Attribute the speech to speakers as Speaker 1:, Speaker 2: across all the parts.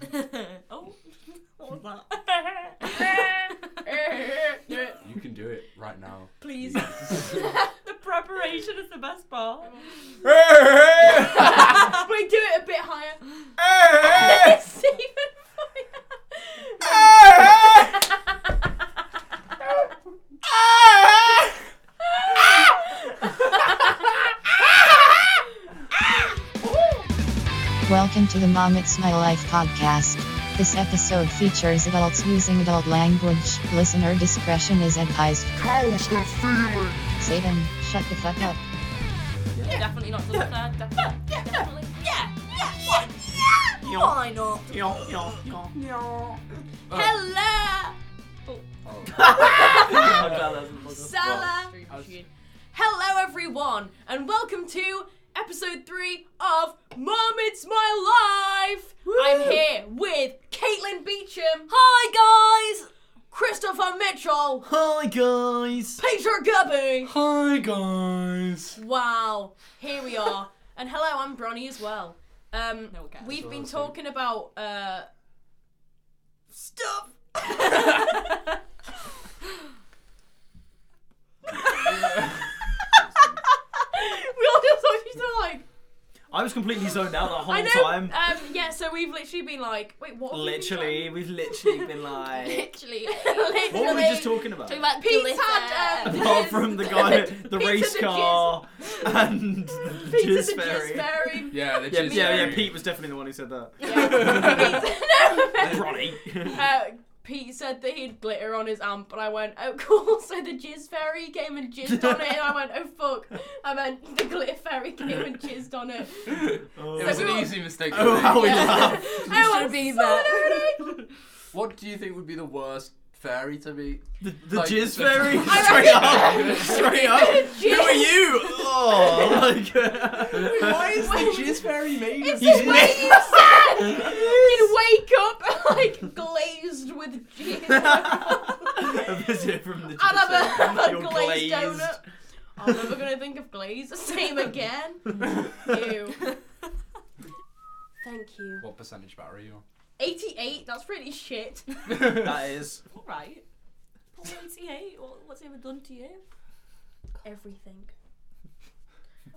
Speaker 1: oh, what was that?
Speaker 2: You can do it right now.
Speaker 1: Please. the preparation is the best part.
Speaker 3: Wait, do it a bit higher. it's even funnier.
Speaker 4: Welcome to the Mom It's My Life podcast. This episode features adults using adult language. Listener discretion is advised. Satan, shut the fuck up.
Speaker 1: Definitely not the third. Definitely. definitely.
Speaker 3: Why not?
Speaker 1: Uh.
Speaker 3: Hello,
Speaker 1: Oh.
Speaker 3: Salah. Hello, everyone, and welcome to episode three of Mom, It's My Life. I'm here with Caitlin Beecham. Hi, guys. Christopher Mitchell.
Speaker 2: Hi guys.
Speaker 3: Peter Gubby.
Speaker 2: Hi guys.
Speaker 3: Wow, here we are. and hello, I'm Bronny as well. Um,
Speaker 1: one cares.
Speaker 3: we've been
Speaker 2: Awesome.
Speaker 3: talking about uh, stuff. we all just looked at each other like,
Speaker 5: I was completely zoned out that whole
Speaker 3: I know.
Speaker 5: time.
Speaker 3: Um, yeah, so we've literally been like, wait, what? have we been
Speaker 5: literally, we've literally been like,
Speaker 1: Literally.
Speaker 3: talking-
Speaker 5: what were we just talking about?
Speaker 1: Talking about
Speaker 3: Pete's
Speaker 1: Pizza.
Speaker 3: had, um,
Speaker 5: Apart from the guy,
Speaker 3: Pizza
Speaker 5: the race
Speaker 3: the
Speaker 5: car, and the
Speaker 3: Peter
Speaker 5: jizz
Speaker 3: the
Speaker 5: fairy.
Speaker 3: Jizz Fairy.
Speaker 2: Yeah, the
Speaker 5: Yeah,
Speaker 2: jizz
Speaker 5: yeah, yeah.
Speaker 2: fairy.
Speaker 5: Pete was definitely the one who said that.
Speaker 3: Yeah, Pete's- no,
Speaker 5: Ronnie.
Speaker 3: uh, Pete said that he had glitter on his amp, and I went, oh cool. So the jizz fairy came and jizzed on it, and I went, oh fuck. I meant the glitter fairy came and jizzed on it.
Speaker 5: Oh.
Speaker 2: It was an
Speaker 3: we all-
Speaker 2: easy mistake. to
Speaker 5: Oh,
Speaker 2: make.
Speaker 5: how we
Speaker 3: Yeah.
Speaker 5: laugh.
Speaker 3: I
Speaker 1: should've
Speaker 3: was
Speaker 1: been
Speaker 3: so
Speaker 1: there.
Speaker 3: nerdy.
Speaker 2: What do you think would be the worst fairy to meet?
Speaker 5: The, the
Speaker 2: Like,
Speaker 5: jizz
Speaker 2: the-
Speaker 5: fairy.
Speaker 2: I
Speaker 5: straight
Speaker 2: reckon-
Speaker 5: up. Straight up. Who are you? Oh, like.
Speaker 2: Why is
Speaker 3: Wait.
Speaker 2: the jizz fairy made?
Speaker 3: It's
Speaker 2: He's
Speaker 3: the way you said. You'd wake up like glazed with jizz.
Speaker 5: a visit from the jizz
Speaker 3: I'll have a,
Speaker 5: fairy.
Speaker 3: a
Speaker 5: You're
Speaker 3: glazed, donut. I'm never gonna think of glaze the same again. Ew. Thank you.
Speaker 2: What percentage battery are you on?
Speaker 3: 88. That's really shit.
Speaker 5: That is.
Speaker 1: Alright. Paul 88. What, what's he ever done to you?
Speaker 3: Everything.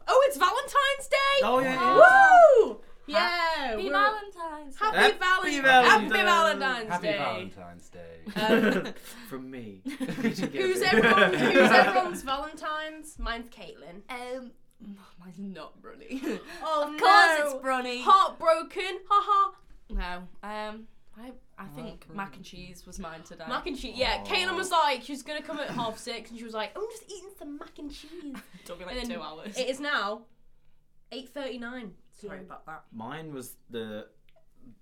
Speaker 3: Oh, it's Valentine's Day.
Speaker 5: Oh yeah. yeah.
Speaker 3: Woo! Yeah.
Speaker 1: Happy
Speaker 3: we're-
Speaker 1: Valentine's.
Speaker 3: Happy,
Speaker 5: Happy
Speaker 3: Valen- Happy
Speaker 5: Valentine's.
Speaker 3: Valentine's Day.
Speaker 2: Day.
Speaker 3: Um,
Speaker 5: From me.
Speaker 3: who's everyone? Who's everyone's Valentine's? Mine's Caitlin.
Speaker 1: Um, mine's not Brunny.
Speaker 3: Oh
Speaker 1: of course
Speaker 3: no.
Speaker 1: it's Brunny.
Speaker 3: Heartbroken. Haha.
Speaker 1: No. Um, I I think mac and cheese was mine today.
Speaker 3: Mac and cheese. Yeah.
Speaker 2: Oh.
Speaker 3: Caitlin was like, she's gonna come at half six, and she was like, I'm just eating some mac and cheese.
Speaker 1: took me like
Speaker 3: and then
Speaker 1: two hours.
Speaker 3: It is now 8:39.
Speaker 1: Sorry about that.
Speaker 5: Mine was the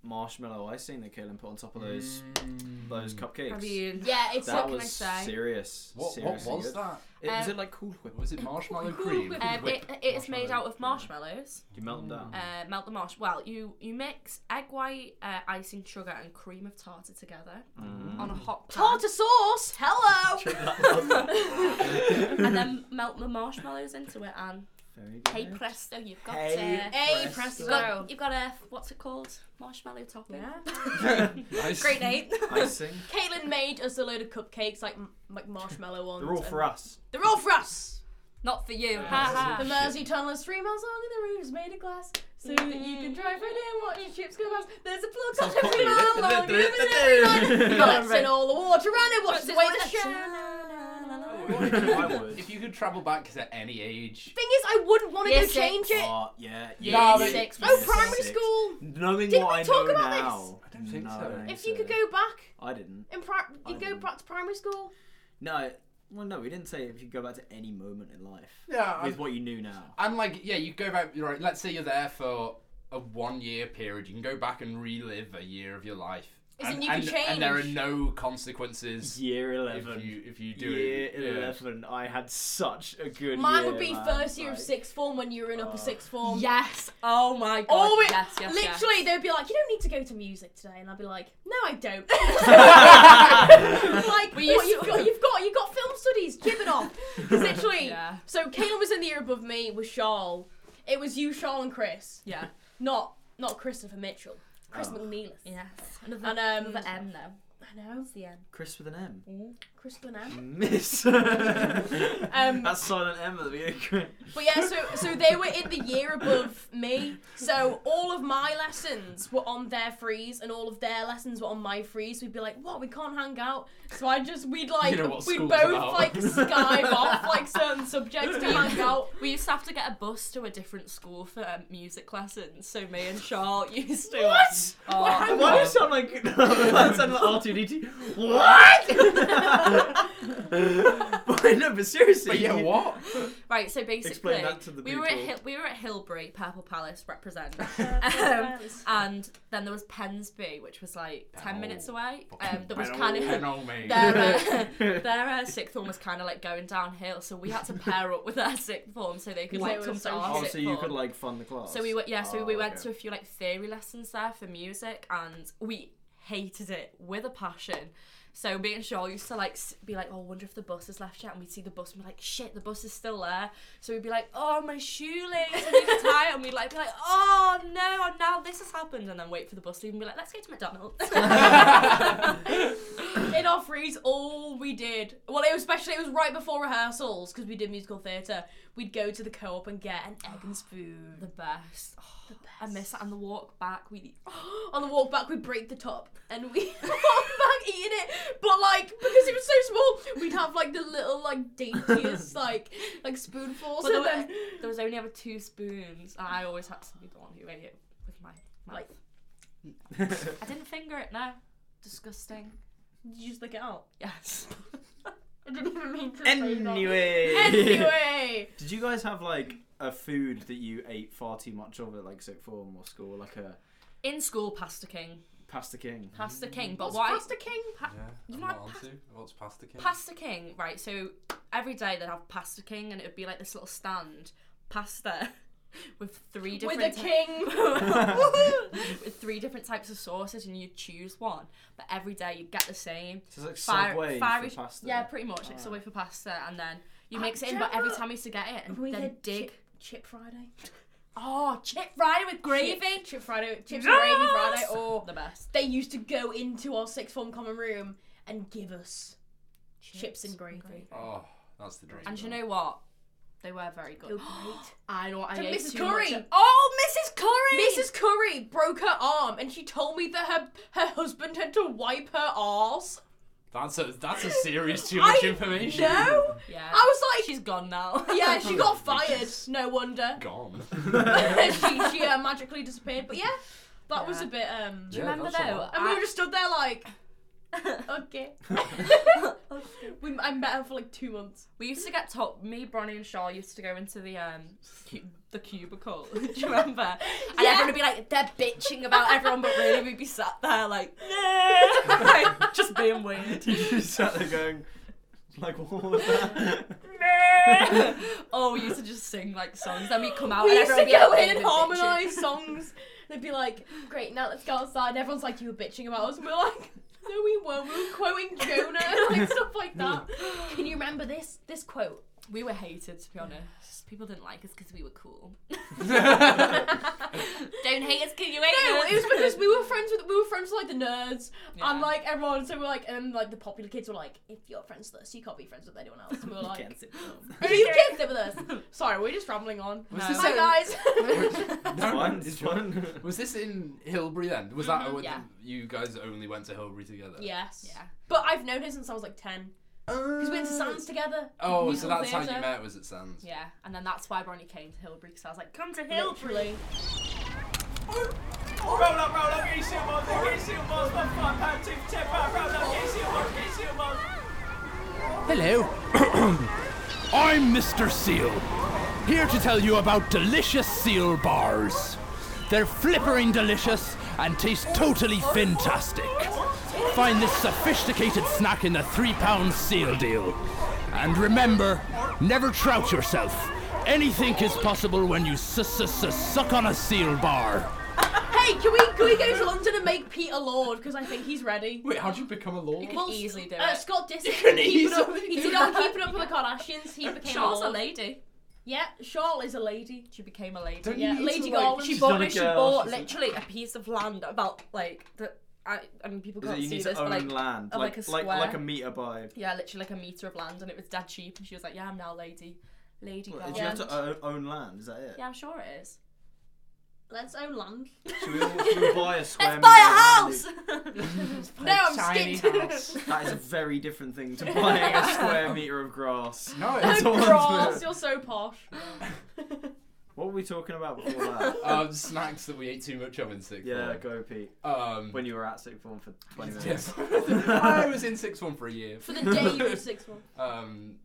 Speaker 5: marshmallow icing that Caitlin put on top of those
Speaker 3: Mm.
Speaker 5: those cupcakes.
Speaker 1: Brilliant.
Speaker 3: Yeah. It's
Speaker 5: that
Speaker 3: like,
Speaker 1: can I
Speaker 5: was
Speaker 1: say?
Speaker 5: serious.
Speaker 2: Mm. What, what
Speaker 5: seriously
Speaker 2: was
Speaker 5: good.
Speaker 2: that?
Speaker 5: It, was
Speaker 1: Um,
Speaker 5: it like Cool Whip?
Speaker 2: Was it marshmallow
Speaker 1: Cool
Speaker 2: cream?
Speaker 1: whip. Um,
Speaker 2: Whip.
Speaker 1: it, it's made
Speaker 2: Marshmallow
Speaker 1: out of
Speaker 2: cream.
Speaker 1: marshmallows.
Speaker 5: You melt them down.
Speaker 1: Uh, melt the marsh. Well, you you mix egg white, uh, icing sugar, and cream of tartar together
Speaker 3: um,
Speaker 5: Mm.
Speaker 1: on a hot pan,
Speaker 3: tartar sauce. Hello.
Speaker 1: and then melt the marshmallows into it. And
Speaker 5: Very
Speaker 1: hey
Speaker 5: good.
Speaker 1: presto, you've got
Speaker 5: Hey,
Speaker 1: uh,
Speaker 3: Hey,
Speaker 5: presto.
Speaker 1: you've
Speaker 3: Presto.
Speaker 1: got, you've got a what's it called? Marshmallow topping.
Speaker 2: Nice.
Speaker 1: Great name.
Speaker 5: Icing.
Speaker 3: Caitlin made us a load of cupcakes, like m- like marshmallow ones.
Speaker 5: They're all
Speaker 3: and-
Speaker 5: for us.
Speaker 3: They're all for us.
Speaker 1: Not for you.
Speaker 3: The
Speaker 1: Ha ha.
Speaker 3: Mersey Tunnel is three miles long, and the road is made of glass, so that you
Speaker 1: Mm-hmm.
Speaker 3: can drive right in, watch your ships go past. There's a plug such every mile long, living every night. Let's in all the water, and it washes away the shine.
Speaker 5: I would.
Speaker 2: If you could travel back to any age,
Speaker 3: Thing is, I wouldn't want to
Speaker 1: Yes,
Speaker 3: go change it.
Speaker 5: Oh, yeah.
Speaker 2: No,
Speaker 5: yeah.
Speaker 2: but-
Speaker 1: six.
Speaker 3: Oh,
Speaker 5: yes,
Speaker 3: primary
Speaker 5: six.
Speaker 3: school.
Speaker 5: Knowing
Speaker 3: Did
Speaker 5: what
Speaker 3: we
Speaker 5: I
Speaker 3: talk
Speaker 5: know
Speaker 3: about this?
Speaker 5: now.
Speaker 2: I don't think
Speaker 5: no,
Speaker 2: so.
Speaker 5: don't
Speaker 3: If you
Speaker 5: think
Speaker 3: could
Speaker 5: so.
Speaker 3: go back
Speaker 5: I didn't.
Speaker 3: in pri- you
Speaker 5: I
Speaker 3: go
Speaker 5: wouldn't.
Speaker 3: back to primary school.
Speaker 5: No. Well, no, we didn't say if you could go back to any moment in life
Speaker 2: yeah,
Speaker 5: with what you knew now.
Speaker 2: And like, yeah, you go back. Right, let's say you're there for a one-year period. You can go back and relive a year of your life.
Speaker 3: As in
Speaker 2: and,
Speaker 3: you can
Speaker 2: and, And there are
Speaker 3: change.
Speaker 2: no consequences
Speaker 5: Year
Speaker 2: if
Speaker 5: eleven.
Speaker 2: you if you do
Speaker 5: year
Speaker 2: it. Yeah.
Speaker 5: 11 i had such a good
Speaker 3: Mine
Speaker 5: year,
Speaker 3: would be
Speaker 5: man.
Speaker 3: first year of
Speaker 5: Like,
Speaker 3: sixth form when you were in upper
Speaker 5: Oh.
Speaker 3: sixth form.
Speaker 1: Yes. Oh my god.
Speaker 3: Oh, it,
Speaker 1: yes, yes, yes.
Speaker 3: literally, they'd be like, "You don't need to go to music today," and I'd be like, "No, I don't." like,
Speaker 1: We
Speaker 3: what,
Speaker 1: used
Speaker 3: you've got, you've got, you've got film studies. Give it off. 'Cause Literally.
Speaker 1: Yeah.
Speaker 3: So Caitlin was in the year above me with Charles. It was you, Charles, and Chris.
Speaker 1: Yeah.
Speaker 3: Not, not Christopher Mitchell. Chris
Speaker 5: Oh.
Speaker 3: McNeilis.
Speaker 1: Yes. Another,
Speaker 3: And, um,
Speaker 1: another M though.
Speaker 3: I know.
Speaker 1: It's the M.
Speaker 5: Chris with an M.
Speaker 3: Chris Glenn.
Speaker 5: Miss.
Speaker 3: Um,
Speaker 5: That's silent M at the beginning.
Speaker 3: But yeah, so so they were in the year above me. So all of my lessons were on their freeze, and all of their lessons were on my freeze. We'd be like, "What? We can't hang out." So I just we'd like
Speaker 2: You know what
Speaker 3: we'd
Speaker 2: school's
Speaker 3: both
Speaker 2: about.
Speaker 3: like skive off like certain subjects to hang out.
Speaker 1: We used to have to get a bus to a different school for um, music lessons. So me and Charlotte used to.
Speaker 5: What?
Speaker 1: Oh,
Speaker 5: Why do you sound like that sounded like R2D2? What? Wait, no, but seriously.
Speaker 2: But yeah, what?
Speaker 1: Right, so basically,
Speaker 5: Explain that to the
Speaker 1: we were at
Speaker 5: people.
Speaker 1: Hill, we were at Hillbury, Purple Palace, represent,
Speaker 3: Uh,
Speaker 1: um,
Speaker 3: Palace.
Speaker 1: and then there was Pensby, which was like ten
Speaker 2: Oh,
Speaker 1: minutes away. Um, there was
Speaker 2: Penal-
Speaker 1: kind of
Speaker 2: penal, mate.
Speaker 1: their uh, their uh, sixth form was kind of like going downhill, so we had to pair up with our sixth form so they could
Speaker 3: What?
Speaker 1: like come to our
Speaker 5: Oh,
Speaker 1: sixth
Speaker 5: so you
Speaker 1: form.
Speaker 5: could like fund the class.
Speaker 1: So we went, yeah. So we
Speaker 5: Oh,
Speaker 1: went
Speaker 5: okay.
Speaker 1: to a few like theory lessons there for music, and we hated it with a passion. So me and Shaw used to like s- be like, "Oh, I wonder if the bus has left yet." And we'd see the bus, and we're like, "Shit, the bus is still there." So we'd be like, "Oh, my shoelace, I need a tie," and we'd like be like, "Oh no, now this has happened," and then wait for the bus to leave and be like, "Let's go to McDonald's."
Speaker 3: in our freeze, all we did, well, it was especially it was right before rehearsals because we did musical theatre. We'd go to the co-op and get an egg and spoon.
Speaker 1: the best. Oh, I miss it. And the walk back, we
Speaker 3: on the walk back, we'd break the top and we walk back eating it. But like because it was so small, we'd have like the little like daintiest like like spoonfuls.
Speaker 1: But there
Speaker 3: and
Speaker 1: were,
Speaker 3: then,
Speaker 1: there was only ever two spoons, and I always had to be the one who ate it with my mouth.
Speaker 3: Like-
Speaker 1: I didn't finger it. No, disgusting.
Speaker 3: did you just lick it out?
Speaker 1: Yes.
Speaker 3: I didn't mean to
Speaker 5: Anyway.
Speaker 3: Anyway,
Speaker 5: Did you guys have like a food that you ate far too much of at like sixth form or school, like a
Speaker 1: In school, pasta king,
Speaker 5: pasta king?
Speaker 1: pasta king. But
Speaker 3: Mm. what's
Speaker 1: why?
Speaker 3: Pasta King?
Speaker 1: pa-
Speaker 2: Yeah,
Speaker 1: You
Speaker 2: I'm
Speaker 1: might
Speaker 2: not
Speaker 1: pass-
Speaker 2: onto. What's pasta cake?
Speaker 1: Pasta king, right? So every day they'd have pasta king, and it would be like this little stand, pasta, with three
Speaker 3: With
Speaker 1: different
Speaker 3: a
Speaker 1: ty-
Speaker 3: king.
Speaker 1: with three different types of sauces, and you'd choose one. But every day you'd get the same.
Speaker 5: So it's like
Speaker 1: Fire-
Speaker 5: Subway
Speaker 1: fiery-
Speaker 5: for pasta.
Speaker 1: Yeah, pretty much. Like
Speaker 5: Ah.
Speaker 1: Subway for pasta, and then you
Speaker 3: Ah,
Speaker 1: mix it
Speaker 3: do
Speaker 1: in.
Speaker 3: Oh. you
Speaker 1: But
Speaker 3: know
Speaker 1: every
Speaker 3: what?
Speaker 1: time you used to get it, and
Speaker 3: we
Speaker 1: then
Speaker 3: had
Speaker 1: dig.
Speaker 3: chip, chip Friday.
Speaker 1: Oh, chip fried with gravy.
Speaker 3: Chip, chip Friday.
Speaker 1: Yes!
Speaker 3: Chips and gravy Friday. Or
Speaker 1: oh, The best.
Speaker 3: they used to go into our sixth form common room and give us chips, and gravy.
Speaker 2: Oh, that's the dream.
Speaker 1: And you know what? They were very
Speaker 3: They were
Speaker 1: good.
Speaker 3: great.
Speaker 1: I know. I
Speaker 3: To
Speaker 1: ate
Speaker 3: Mrs.
Speaker 1: too much
Speaker 3: Curry.
Speaker 1: of- Oh, Mrs. Curry.
Speaker 3: Mrs. Curry broke her arm, and she told me that her her husband had to wipe her arse.
Speaker 2: That's a that's a serious too much
Speaker 3: I
Speaker 2: information.
Speaker 3: No,
Speaker 1: Yeah.
Speaker 3: I was like,
Speaker 1: She's gone now.
Speaker 3: yeah, she got fired. No wonder.
Speaker 2: Gone.
Speaker 3: she she uh, magically disappeared. But yeah, that was
Speaker 1: Yeah.
Speaker 3: a bit. um
Speaker 1: Do you remember
Speaker 2: that's a
Speaker 1: though?
Speaker 2: lot.
Speaker 3: And we were
Speaker 1: I,
Speaker 3: just stood there like, okay. we, I met her for like two months.
Speaker 1: we used to get told. Me, Bronny, and Shaw used to go into the um cu- the cubicle. Do you remember? And everyone would be like, they're bitching about everyone, but really we'd be sat there like, like just being weird.
Speaker 5: You just sat there going, like what was that?
Speaker 1: oh, we used to just sing like songs. Then we'd come out
Speaker 3: We
Speaker 1: Oh, and
Speaker 3: used to
Speaker 1: everyone
Speaker 3: go
Speaker 1: would be like, "You've
Speaker 3: in and
Speaker 1: been
Speaker 3: harmonise songs. They'd be like, great, now let's go outside. And everyone's like, you were bitching about us. And we're like, no, we weren't. We were quoting Jonah and like, stuff like that. Can you remember this this quote?
Speaker 1: bitching." We were hated, to be honest. People didn't like us because we were cool. Don't hate us because you hate
Speaker 3: No,
Speaker 1: us.
Speaker 3: it was because we were friends with we were friends with like the nerds
Speaker 1: Yeah.
Speaker 3: and like everyone. So we were like, and like the popular kids were like, if you're friends with us, you can't be friends with anyone else. And we were like,
Speaker 5: Can't sit down.
Speaker 3: Are you kids with us? Sorry, we're just rambling on.
Speaker 2: Was
Speaker 1: No.
Speaker 2: this
Speaker 3: Hi
Speaker 2: in-
Speaker 3: guys.
Speaker 2: No, no,
Speaker 5: One,
Speaker 2: it's
Speaker 5: it's
Speaker 2: fine.
Speaker 5: one.
Speaker 2: Was this in Hillbury then? Was that
Speaker 1: Mhm,
Speaker 2: when
Speaker 1: yeah.
Speaker 2: you guys only went to Hillbury together?
Speaker 3: yes.
Speaker 1: Yeah.
Speaker 3: But I've known her since I was like ten. Because we went to Sands together.
Speaker 2: Oh, so
Speaker 3: Musical
Speaker 2: that's how you
Speaker 3: theatre.
Speaker 2: met was at Sands.
Speaker 1: Yeah, and then that's why Bronny came to Hillbury because I was like, come to Hillbury.
Speaker 3: Literally.
Speaker 6: Roll up, roll up, get your shield balls, get your shield balls, one five pound, two for ten pound, roll up, get your shield balls, get your shield balls.
Speaker 7: Hello. I'm Mr. Seal, here to tell you about delicious seal bars. They're flippering delicious and taste totally fantastic. Find this sophisticated snack in the £3 seal deal. And remember, never trout yourself. Anything is possible when you s- s- s- suck on a seal bar.
Speaker 3: Hey, can we can we go to London and make Peter Lord? Because I think he's ready.
Speaker 2: Wait, how'd you become a lord?
Speaker 1: could easily do
Speaker 3: uh,
Speaker 1: it.
Speaker 3: Scott Disick.
Speaker 2: can
Speaker 3: Keeping up,
Speaker 2: easily
Speaker 3: he
Speaker 2: do
Speaker 3: did on
Speaker 2: that.
Speaker 3: Keeping Up with the Kardashians. He became a
Speaker 1: Charles a
Speaker 3: lord.
Speaker 1: lady.
Speaker 3: Yeah, Charlotte is a lady.
Speaker 1: She became a lady.
Speaker 2: Don't you
Speaker 3: yeah,
Speaker 2: need to,
Speaker 3: Lady
Speaker 2: like-
Speaker 3: Garland.
Speaker 1: She
Speaker 5: She's
Speaker 1: bought,
Speaker 5: not a
Speaker 1: she
Speaker 5: girl,
Speaker 1: bought
Speaker 5: she's a-
Speaker 1: literally a piece of land about like the. I, I mean, people
Speaker 5: Is
Speaker 1: can't
Speaker 5: it you
Speaker 1: see
Speaker 5: need to
Speaker 1: this, but
Speaker 5: own
Speaker 1: like,
Speaker 5: land,
Speaker 1: of,
Speaker 5: like
Speaker 1: like, a
Speaker 5: like,
Speaker 1: square.
Speaker 5: like a meter by.
Speaker 1: yeah, literally like a meter of land, and it was dead cheap. And she was like, "Yeah, I'm now lady, lady
Speaker 5: What,
Speaker 1: Garland."
Speaker 5: Do you have to uh, own, own land? Is that it?
Speaker 1: yeah, I'm sure it is.
Speaker 3: Let's own land.
Speaker 5: Should we, all, should we buy a square meter?
Speaker 1: Buy
Speaker 5: of land?
Speaker 1: a house.
Speaker 3: No, I'm
Speaker 2: Tiny
Speaker 3: skinned.
Speaker 2: house.
Speaker 5: That is a very different thing to buying a square meter of grass.
Speaker 2: No,
Speaker 5: That's
Speaker 2: it's
Speaker 5: all it's
Speaker 3: Cross,
Speaker 5: worth.
Speaker 3: you're so posh.
Speaker 5: What were we talking about before that?
Speaker 2: um, snacks that we ate too much of in sixth
Speaker 5: yeah,
Speaker 2: form.
Speaker 5: go Pete.
Speaker 2: Um,
Speaker 5: When you were at sixth form for 20 minutes.
Speaker 2: yes. I was in sixth form for a year.
Speaker 3: For the day you were six months.
Speaker 2: Um,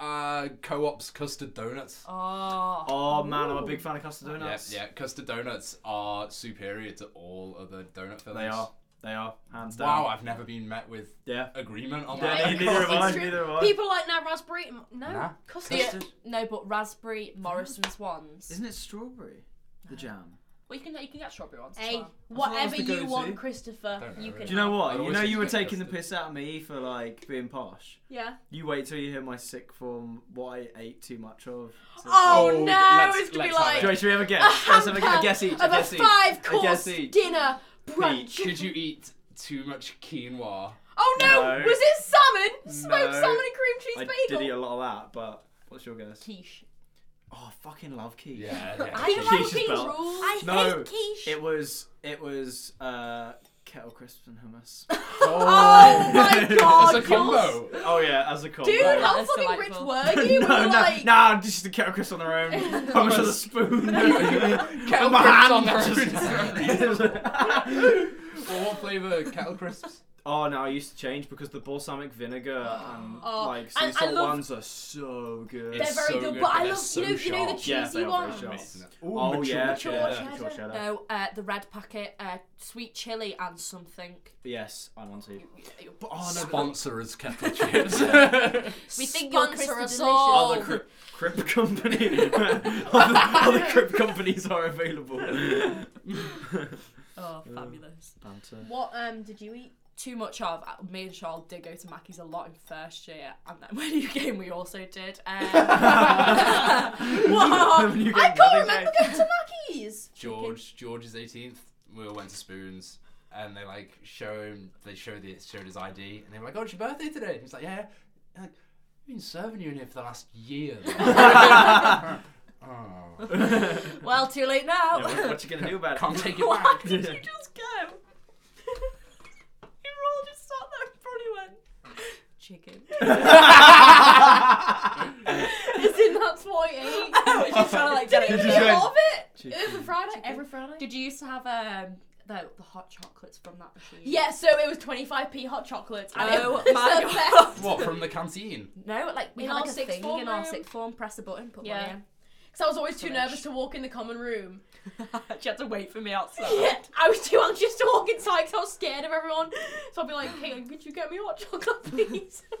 Speaker 2: uh, co-op's custard donuts.
Speaker 1: oh,
Speaker 5: Oh man, I'm a big fan of custard donuts.
Speaker 2: Yeah, yeah, custard donuts are superior to all other donut fillings.
Speaker 5: They are. They are hands down.
Speaker 2: Wow, I've never been met with
Speaker 5: Yeah.
Speaker 2: agreement on
Speaker 5: Yeah,
Speaker 2: that.
Speaker 5: neither have I.
Speaker 3: It's true.
Speaker 5: Neither have I.
Speaker 3: People like Navras Breton. No,
Speaker 2: Nah.
Speaker 3: custard.
Speaker 1: Yeah, no, but raspberry Morrison's ones.
Speaker 5: Isn't it strawberry? The jam.
Speaker 1: Well, you can you can get strawberry ones. as
Speaker 3: Hey,
Speaker 1: well.
Speaker 3: whatever
Speaker 5: the
Speaker 3: you
Speaker 5: go-to.
Speaker 3: want, Christopher,
Speaker 2: Don't know,
Speaker 3: you
Speaker 2: really.
Speaker 3: can.
Speaker 5: Do you know
Speaker 2: I
Speaker 5: what? You
Speaker 2: always
Speaker 5: know you were
Speaker 2: expect
Speaker 5: taking the
Speaker 2: custard.
Speaker 5: piss out of me for like being posh.
Speaker 3: Yeah.
Speaker 5: You wait till you hear my sick form what I ate too much of.
Speaker 3: Oh,
Speaker 2: Oh,
Speaker 3: no,
Speaker 2: let's-
Speaker 3: it's gonna be
Speaker 2: let's have
Speaker 3: like
Speaker 2: it.
Speaker 5: Joey, should we have a guess?
Speaker 3: a
Speaker 5: Let's have a,
Speaker 3: hamper
Speaker 5: a guess each.
Speaker 3: of a
Speaker 5: guess each.
Speaker 3: five
Speaker 5: A
Speaker 3: course
Speaker 5: guess each.
Speaker 3: dinner brunch.
Speaker 2: Did you eat too much quinoa?
Speaker 3: Oh no,
Speaker 5: No.
Speaker 3: was it salmon? Smoked
Speaker 5: No.
Speaker 3: salmon and cream cheese
Speaker 5: I
Speaker 3: bagel.
Speaker 5: did eat a lot of that, but what's your guess?
Speaker 1: Quiche.
Speaker 5: Oh, I fucking love quiche.
Speaker 2: Yeah, yeah.
Speaker 3: I like
Speaker 5: Quiche is
Speaker 3: these
Speaker 5: better.
Speaker 3: rules.
Speaker 5: No, it was it was uh, kettle crisps and hummus.
Speaker 3: Oh my
Speaker 5: It's a
Speaker 3: god,
Speaker 2: it's a
Speaker 3: you're-
Speaker 2: combo.
Speaker 5: oh yeah, as a combo.
Speaker 3: Dude,
Speaker 1: Right,
Speaker 3: how
Speaker 1: that's
Speaker 3: fucking
Speaker 1: delightful.
Speaker 3: rich were you? We
Speaker 5: no,
Speaker 3: were like,
Speaker 5: no, no, just the kettle crisps on their own. Hummus with a spoon.
Speaker 2: Kettle
Speaker 5: With my
Speaker 2: crisps on
Speaker 5: hand, just-
Speaker 2: Well, what flavour kettle crisps?
Speaker 5: oh no, I used to change because the balsamic vinegar and
Speaker 3: Oh,
Speaker 5: like
Speaker 3: and
Speaker 5: sea
Speaker 3: I
Speaker 5: salt
Speaker 3: love-
Speaker 5: ones are so good.
Speaker 3: they're
Speaker 2: It's
Speaker 3: very
Speaker 2: so
Speaker 3: good,
Speaker 2: good,
Speaker 3: but
Speaker 2: but
Speaker 3: I
Speaker 2: they're
Speaker 3: love
Speaker 2: so
Speaker 3: you know you know the
Speaker 2: sharp.
Speaker 3: cheesy
Speaker 5: yeah, they are very
Speaker 3: ones.
Speaker 5: sharp.
Speaker 2: Ooh,
Speaker 5: Oh
Speaker 2: mature
Speaker 5: yeah,
Speaker 3: cheddar.
Speaker 5: yeah,
Speaker 3: Mature
Speaker 5: mature
Speaker 3: cheddar.
Speaker 5: cheddar.
Speaker 1: No, uh, the red packet, uh, sweet chili and something.
Speaker 5: Yes, I'm on to you.
Speaker 1: But
Speaker 5: Oh no,
Speaker 2: Sponsor us kettle chips.
Speaker 1: we think you're
Speaker 3: Sponsor
Speaker 1: Christopher
Speaker 3: us
Speaker 1: Delicious.
Speaker 3: all.
Speaker 5: other Crip, Crip company. other, other Crip companies are available.
Speaker 1: Oh, fabulous.
Speaker 3: What um did you eat?
Speaker 1: Too much of uh, me and Charles did go to Mackey's a lot in first year, and then when you came, we also did. Um,
Speaker 3: What?
Speaker 5: When you
Speaker 3: I
Speaker 5: get
Speaker 3: can't
Speaker 5: wedding
Speaker 3: remember
Speaker 5: day.
Speaker 3: going to Mackey's.
Speaker 2: George, George's 18th, we all went to Spoons. And they like show him, they show the showed his ID, and they were like, "Oh, it's your birthday today." And he's like, "Yeah." And like, I've been serving you in here for the last year. oh,
Speaker 1: well, too late now.
Speaker 5: Yeah, what, what you gonna do about
Speaker 2: can't
Speaker 5: it?
Speaker 2: take it back.
Speaker 1: Did you just go? you were all just sat there and probably went, chicken.
Speaker 3: Is in that's what I ate.
Speaker 1: Just trying to, like, get
Speaker 3: Did
Speaker 1: it in.
Speaker 3: you
Speaker 5: just
Speaker 3: eat
Speaker 5: went,
Speaker 3: all of it?
Speaker 5: "Chicken."
Speaker 3: Every Friday. Every Friday.
Speaker 1: Did you used to have um the, the hot chocolates from that machine?
Speaker 3: Yeah, so it was 25p hot chocolates. and it
Speaker 1: Oh
Speaker 3: was the
Speaker 1: my
Speaker 3: best.
Speaker 1: God.
Speaker 2: What from the canteen?
Speaker 1: No, like we
Speaker 3: In
Speaker 1: had
Speaker 3: our
Speaker 1: like a
Speaker 3: sixth
Speaker 1: thing
Speaker 3: form
Speaker 1: in our
Speaker 3: room.
Speaker 1: sixth form. Press a button, put
Speaker 3: Yeah.
Speaker 1: one
Speaker 3: Because I was always too
Speaker 1: Finish.
Speaker 3: nervous to walk in the common room.
Speaker 1: in. she had to wait for me outside.
Speaker 3: Yeah, I was too anxious to walk inside because I was scared of everyone. So I'd be like, hey, could you get me hot chocolate, please?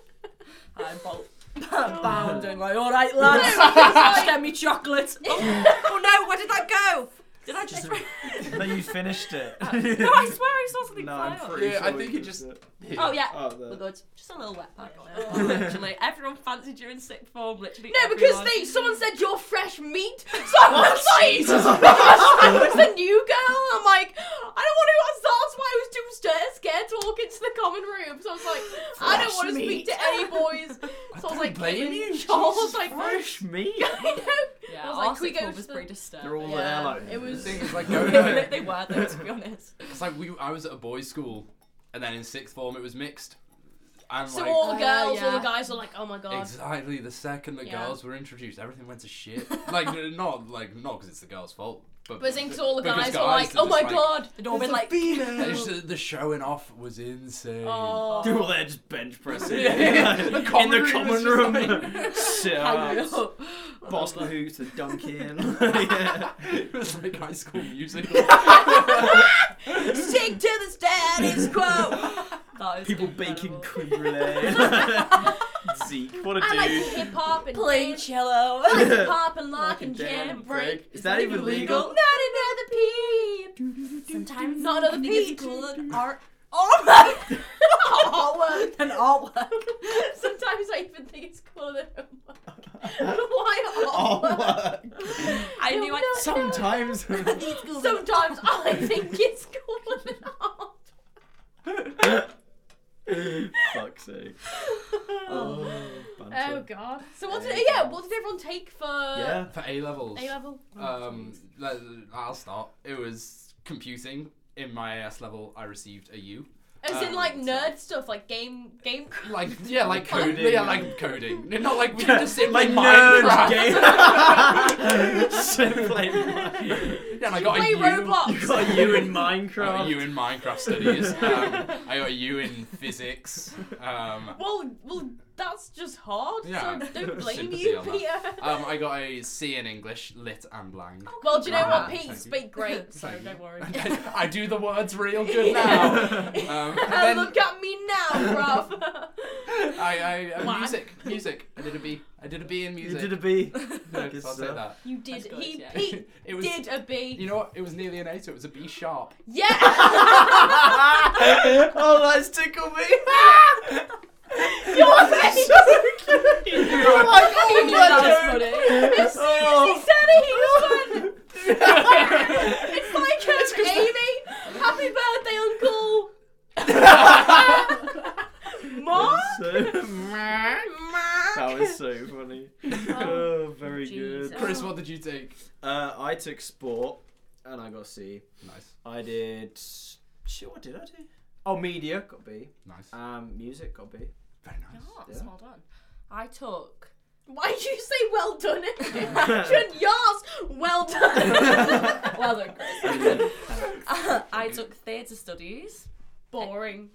Speaker 1: I'm bolt. bounding like, all right, lads, just get me chocolate. Oh, oh no, where did that go? Did I just?
Speaker 5: Just
Speaker 1: no,
Speaker 5: No, you finished it.
Speaker 1: I swear I saw something
Speaker 5: No,
Speaker 1: fly
Speaker 5: I'm
Speaker 1: up.
Speaker 5: pretty
Speaker 2: Yeah,
Speaker 5: sure
Speaker 2: I
Speaker 5: we
Speaker 2: think it
Speaker 5: did
Speaker 2: just-
Speaker 5: it.
Speaker 1: Oh yeah,
Speaker 5: Oh,
Speaker 1: we're
Speaker 5: the...
Speaker 1: good. Just a little wet packet. Oh, literally, everyone fancied you in sixth form. Literally,
Speaker 3: no, because
Speaker 1: everyone.
Speaker 3: they someone said you're fresh meat, so I was like, I was the new girl. I'm like, I don't want to. That's why I was too st- scared to walk into the common room. So I was like, I don't
Speaker 5: Fresh
Speaker 3: want to speak
Speaker 5: meat.
Speaker 3: to any boys. So I, was like,
Speaker 2: blame you,
Speaker 3: Charles was like,
Speaker 5: Fresh meat.
Speaker 3: I know.
Speaker 1: Yeah,
Speaker 3: I was
Speaker 1: our
Speaker 3: like, can we
Speaker 1: sixth
Speaker 3: go
Speaker 1: form
Speaker 3: to
Speaker 1: was
Speaker 3: the-
Speaker 1: pretty disturbed.
Speaker 5: They're all
Speaker 3: Yeah,
Speaker 5: there, like
Speaker 3: it was-
Speaker 2: Thing is, like,
Speaker 1: No,
Speaker 2: going
Speaker 1: no, they-
Speaker 2: there-
Speaker 1: they were though, to be honest.
Speaker 2: It's like we, I was at a boys' school, and then in sixth form it was mixed. And
Speaker 3: So
Speaker 2: like
Speaker 3: all the
Speaker 1: Oh,
Speaker 3: girls, all the
Speaker 1: yeah.
Speaker 3: guys are like, oh my god.
Speaker 2: exactly the second the
Speaker 3: Yeah.
Speaker 2: girls were introduced, everything went to shit. like n- not like not because it's the girls' fault, but
Speaker 3: But it's because all the
Speaker 2: because
Speaker 3: guys, were like,
Speaker 2: are
Speaker 3: oh
Speaker 2: just
Speaker 3: my
Speaker 2: like-
Speaker 3: god.
Speaker 1: They'd all been like,
Speaker 2: It's just the- the showing off was insane.
Speaker 3: Oh.
Speaker 5: They were all there just bench pressing
Speaker 2: Yeah. The
Speaker 5: in
Speaker 2: common
Speaker 5: the
Speaker 2: room
Speaker 5: common
Speaker 2: was
Speaker 5: room.
Speaker 2: just
Speaker 5: Sit
Speaker 1: hang
Speaker 5: up.
Speaker 1: up.
Speaker 5: Boston hoops to dunk in. yeah.
Speaker 2: it was like high school musical.
Speaker 1: Stick to the status quo. That is
Speaker 5: People baking
Speaker 1: incredible.
Speaker 5: creme brulee. Zeke, what a
Speaker 3: I like
Speaker 5: dude.
Speaker 3: hip hop and
Speaker 1: Plain
Speaker 3: dance,
Speaker 1: cello.
Speaker 3: I like hip hop and lock and
Speaker 5: Damn,
Speaker 3: jam and
Speaker 5: Greg.
Speaker 3: break.
Speaker 5: Is that even legal?
Speaker 3: Not another peep.
Speaker 1: Sometimes not another peep. Art. Oh my
Speaker 3: artwork.
Speaker 1: An artwork.
Speaker 3: Sometimes I even think it's cooler than homework. But why
Speaker 1: I knew like
Speaker 3: no.
Speaker 5: Oh Sometimes.
Speaker 3: artwork? Sometimes I think it's cooler than art.
Speaker 5: Fuck's sake. Oh,
Speaker 3: Oh
Speaker 5: banter.
Speaker 3: god. So what did yeah? What did everyone take for
Speaker 5: Yeah.
Speaker 2: For A levels.
Speaker 3: A level?
Speaker 2: Um, let- I'll start. It was computing. In my AS level, I received a U.
Speaker 3: As in
Speaker 2: um,
Speaker 3: like nerd stuff, like game game.
Speaker 2: Like yeah, like coding.
Speaker 5: Coding.
Speaker 2: Yeah, like coding. Not like we can just sit
Speaker 5: Like
Speaker 2: in
Speaker 5: nerd
Speaker 2: Minecraft.
Speaker 5: game. Simply. Minecraft.
Speaker 2: Yeah, and I got
Speaker 3: Play
Speaker 2: a U.
Speaker 3: Roblox.
Speaker 5: You got you in
Speaker 2: I got a
Speaker 5: Minecraft.
Speaker 2: U Oh, in Minecraft studies. Um, I got a U in physics. Um,
Speaker 3: Well, well, that's just hard.
Speaker 2: Yeah.
Speaker 3: So don't blame
Speaker 2: Sympathy
Speaker 3: you,
Speaker 2: on that.
Speaker 3: Peter.
Speaker 2: um, I got a C in English, lit and blank.
Speaker 3: Well, do you know what?
Speaker 2: Ah,
Speaker 3: Pete
Speaker 2: thank you.
Speaker 3: speak great, so
Speaker 2: Thank you.
Speaker 3: Oh, don't worry.
Speaker 2: I do the words real good now. Um, and then
Speaker 3: Look at me now, bruv.
Speaker 2: I, I uh, music, music. I did a B. I did a B in
Speaker 5: You
Speaker 2: music.
Speaker 5: did a B.
Speaker 2: I'll
Speaker 5: Good
Speaker 2: say
Speaker 5: stuff.
Speaker 2: that.
Speaker 3: you did.
Speaker 1: That's good,
Speaker 3: He
Speaker 1: yeah.
Speaker 3: Pete
Speaker 2: It was.
Speaker 3: did a B.
Speaker 2: You know what? It was nearly an A, so it was a B sharp.
Speaker 3: yeah.
Speaker 5: oh, that's tickled me.
Speaker 3: Your face.
Speaker 5: I'm like, oh
Speaker 1: knew
Speaker 5: my
Speaker 1: that
Speaker 5: God.
Speaker 1: was
Speaker 3: As soon as he
Speaker 5: Oh.
Speaker 3: said it, he was fun. It's like um, Amy. Happy birthday, Uncle. Mark. Mark.
Speaker 5: That was so funny. Oh, very
Speaker 1: Jesus.
Speaker 5: good.
Speaker 2: Chris, what did you take?
Speaker 5: Uh, I took sport and I got C.
Speaker 2: Nice,
Speaker 5: I did. Shit, what did I do? Oh, media got B.
Speaker 2: nice,
Speaker 5: Um, music got B.
Speaker 2: very nice.
Speaker 1: Oh,
Speaker 5: Yeah.
Speaker 1: well done. I took.
Speaker 3: Why did you say well done? Imagine yes, well done.
Speaker 1: Well done, Chris. Uh, I took theatre studies.
Speaker 3: Boring.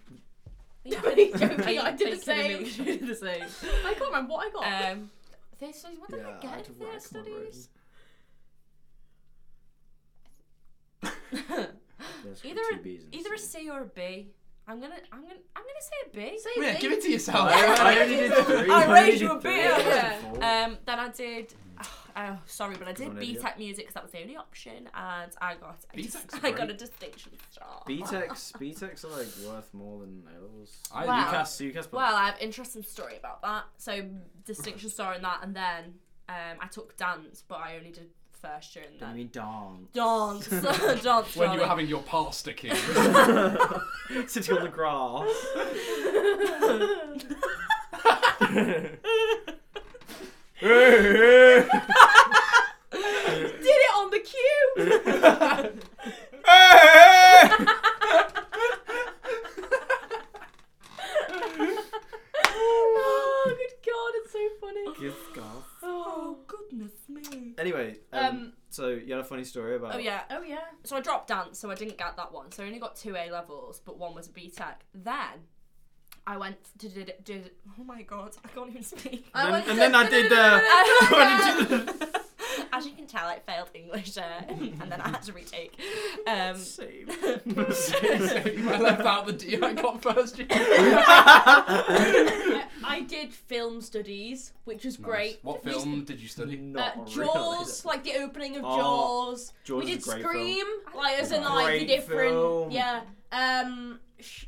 Speaker 1: Yeah.
Speaker 3: Joking, I did the
Speaker 1: Thank you,
Speaker 3: same.
Speaker 1: Emily, you did the same.
Speaker 3: I can't remember what I got.
Speaker 1: Um, theatre studies. What did
Speaker 5: Yeah,
Speaker 1: I
Speaker 5: I
Speaker 1: get
Speaker 5: had to
Speaker 1: in theatre
Speaker 5: rack my
Speaker 1: studies?
Speaker 5: There's
Speaker 1: either
Speaker 5: two
Speaker 1: a,
Speaker 5: Bs and
Speaker 1: either a
Speaker 5: C.
Speaker 1: C or a B. I'm gonna I'm gonna I'm gonna say a B.
Speaker 3: Say
Speaker 2: Oh, Yeah,
Speaker 3: B.
Speaker 2: give it to yourself.
Speaker 5: I only did three.
Speaker 1: I
Speaker 5: only
Speaker 1: raised
Speaker 5: did
Speaker 1: you a
Speaker 5: three.
Speaker 1: beer.
Speaker 5: I wasn't
Speaker 3: Yeah.
Speaker 5: full.
Speaker 1: Um, then I did. Oh, sorry, but I did
Speaker 5: an idiot.
Speaker 1: BTEC music because that was the only option, and I got a, dis-
Speaker 2: BTEC's
Speaker 1: I got a
Speaker 2: great.
Speaker 1: distinction star.
Speaker 5: BTECs, BTECs are like worth more than A levels.
Speaker 2: I-
Speaker 1: Wow.
Speaker 5: UCAS, UCAS.
Speaker 1: Well, I have an interesting story about that. So distinction star in that, and then um, I took dance, but I only did first year and
Speaker 5: I
Speaker 1: then
Speaker 5: mean, darn.
Speaker 1: dance, dance.
Speaker 2: When you were
Speaker 1: darling.
Speaker 2: having your pasta king.
Speaker 5: Sitting on the grass.
Speaker 3: Did it on the cube. oh, good god, it's so funny.
Speaker 5: Give golf.
Speaker 1: Oh goodness me.
Speaker 5: Anyway, um,
Speaker 3: Um,
Speaker 5: so you had a funny story about.
Speaker 1: Oh yeah.
Speaker 3: Oh yeah.
Speaker 1: So I dropped dance, so I didn't get that one. So I only got two A levels, but one was a BTEC. Then I went to did did oh my god, I can't even speak.
Speaker 3: I
Speaker 5: And,
Speaker 3: went
Speaker 5: and
Speaker 3: to-
Speaker 5: then I did. Uh, I did
Speaker 1: As you can tell, I failed English, uh, and then I had to retake. Um,
Speaker 5: Same.
Speaker 2: I left out the D I got first year.
Speaker 3: I, I did film studies, which was
Speaker 2: Nice.
Speaker 3: great.
Speaker 2: What
Speaker 3: We-
Speaker 2: film did you study?
Speaker 3: Uh,
Speaker 5: Not really.
Speaker 3: Jaws, like the opening of
Speaker 5: Oh,
Speaker 3: Jaws.
Speaker 5: Jaws
Speaker 3: we
Speaker 5: is
Speaker 3: did
Speaker 5: a great
Speaker 3: Scream, like as in
Speaker 5: Great
Speaker 3: like the different.
Speaker 5: film.
Speaker 3: Yeah. Um, sh-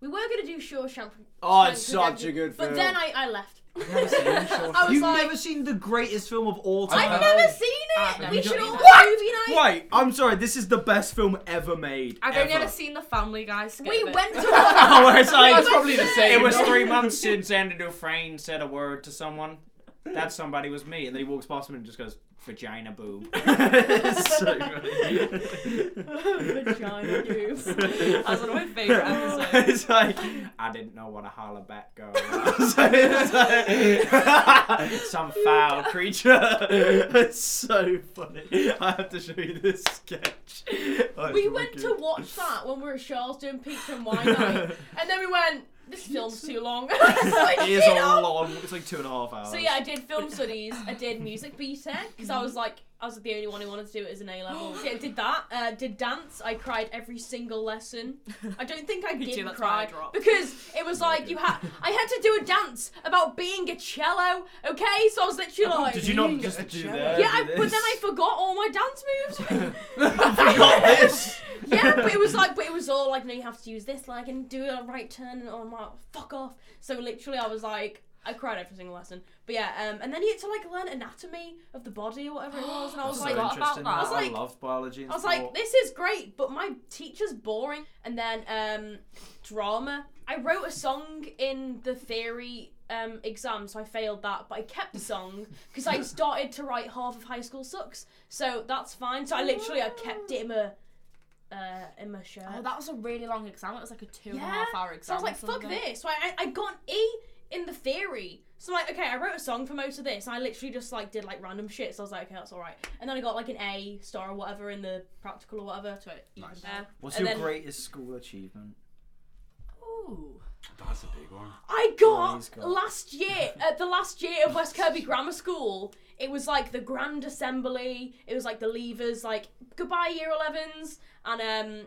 Speaker 3: we were gonna do Shawshank.
Speaker 5: Oh, it's
Speaker 3: Redemption,
Speaker 5: such a good
Speaker 3: But
Speaker 5: film.
Speaker 3: then I, I left.
Speaker 2: I
Speaker 3: I was
Speaker 5: You've
Speaker 3: like,
Speaker 5: never seen the greatest film of all time.
Speaker 3: I've
Speaker 2: Uh,
Speaker 3: never seen it.
Speaker 5: Ah,
Speaker 1: I've
Speaker 3: we
Speaker 1: never
Speaker 3: should
Speaker 1: done
Speaker 3: all
Speaker 1: it.
Speaker 3: have movie night.
Speaker 5: Wait, I'm sorry. This is the best film ever made.
Speaker 1: I've
Speaker 5: ever.
Speaker 1: only ever seen the Family Guy. skit
Speaker 3: We
Speaker 1: of it.
Speaker 3: went to watch.
Speaker 5: Oh, it's like-
Speaker 2: That's probably the same.
Speaker 8: It was three months since Andy Dufresne said a word to someone. That somebody was me. And then he walks past him and just goes, vagina boob.
Speaker 5: It's so funny.
Speaker 3: Vagina boobs.
Speaker 1: That's one of my favourite episodes.
Speaker 5: it's like,
Speaker 8: I didn't know what a holler back girl
Speaker 5: so, it's like
Speaker 8: Some foul creature.
Speaker 5: it's so funny. I have to show you this sketch. Oh, it's
Speaker 3: We went
Speaker 5: wicked.
Speaker 3: to watch that when we were at Charles doing pizza and wine night, and then we went. This film's too long.
Speaker 5: It
Speaker 3: Switched
Speaker 5: is a
Speaker 3: off.
Speaker 5: long. It's like two and a half hours.
Speaker 3: So yeah, I did film studies. I did music BTEC because I was like, I was the only one who wanted to do it as an A level. yeah, did that. Uh, did dance. I cried every single lesson. I don't think I
Speaker 1: Me too,
Speaker 3: did
Speaker 1: that's why I
Speaker 3: cry
Speaker 1: dropped.
Speaker 3: because it was like you had. I had to do a dance about being a cello. Okay, so I was literally like.
Speaker 5: Oh, Did you not just do that?
Speaker 3: yeah, I,
Speaker 5: Do
Speaker 3: but then I
Speaker 5: this?
Speaker 3: forgot all my dance moves.
Speaker 5: forgot this.
Speaker 3: yeah, but it was like, but it was all like, no, you have to use this leg and do a right turn, and I'm like, fuck off. So literally, I was like, I cried every single lesson. But yeah, um, and then you had to like learn anatomy of the body or whatever it was, and I was
Speaker 1: So
Speaker 3: like,
Speaker 1: what about
Speaker 5: interesting.
Speaker 1: that? I
Speaker 3: was
Speaker 5: I
Speaker 3: like-
Speaker 5: loved biology. And
Speaker 3: I was
Speaker 5: sport.
Speaker 3: like, this is great, but my teacher's boring. And then um, drama. I wrote a song in the theory um, exam, so I failed that, but I kept the song because I started to write half of High School Sucks, so that's fine. So I literally I kept it in my uh, in my shirt.
Speaker 1: Oh, that was a really long exam. It was like a two and a half hour exam.
Speaker 3: So I was
Speaker 1: or
Speaker 3: like, fuck
Speaker 1: something.
Speaker 3: this. So I, I I got an E in the theory. So I'm like, okay, I wrote a song for most of this. And I literally just like did like random shit. So I was like, okay, that's all right. And then I got like an A star or whatever in the practical or whatever. So it even
Speaker 2: Nice.
Speaker 3: there.
Speaker 5: What's
Speaker 3: and
Speaker 5: your
Speaker 3: then-
Speaker 5: greatest school achievement?
Speaker 1: Ooh.
Speaker 2: That's a big one.
Speaker 3: I
Speaker 5: Oh, he's
Speaker 3: got
Speaker 5: got-
Speaker 3: last year at the last year of West Kirby Grammar School. It was like the Grand Assembly. It was like the Leavers, like goodbye Year 11s, and um,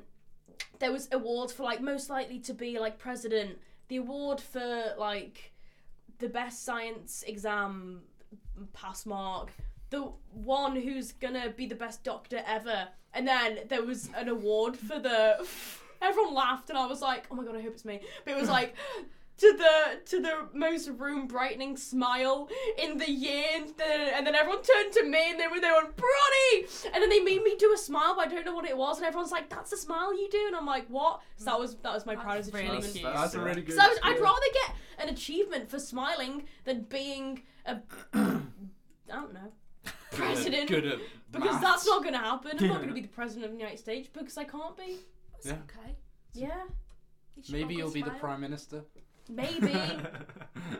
Speaker 3: there was awards for like most likely to be like president. The award for like the best science exam pass mark. The one who's gonna be the best doctor ever. And then there was an award for the. Everyone laughed, and I was like, "Oh my god, I hope it's me." But it was like to the to the most room brightening smile in the year and, the, and then everyone turned to me and they were they went Bronny and then they made me do a smile but I don't know what it was and everyone's like that's the smile you do and I'm like what so that was that was my proudest
Speaker 1: really
Speaker 3: achievement
Speaker 1: cute.
Speaker 2: That's, that's a really good.
Speaker 3: so I was, I'd
Speaker 2: yeah.
Speaker 3: rather get an achievement for smiling than being a I don't know president
Speaker 2: Good at
Speaker 3: because
Speaker 2: maths.
Speaker 3: that's not gonna happen I'm not gonna be the president of the United States because I can't be
Speaker 2: Yeah.
Speaker 1: Okay.
Speaker 3: yeah
Speaker 2: Maybe you'll be the prime minister.
Speaker 3: maybe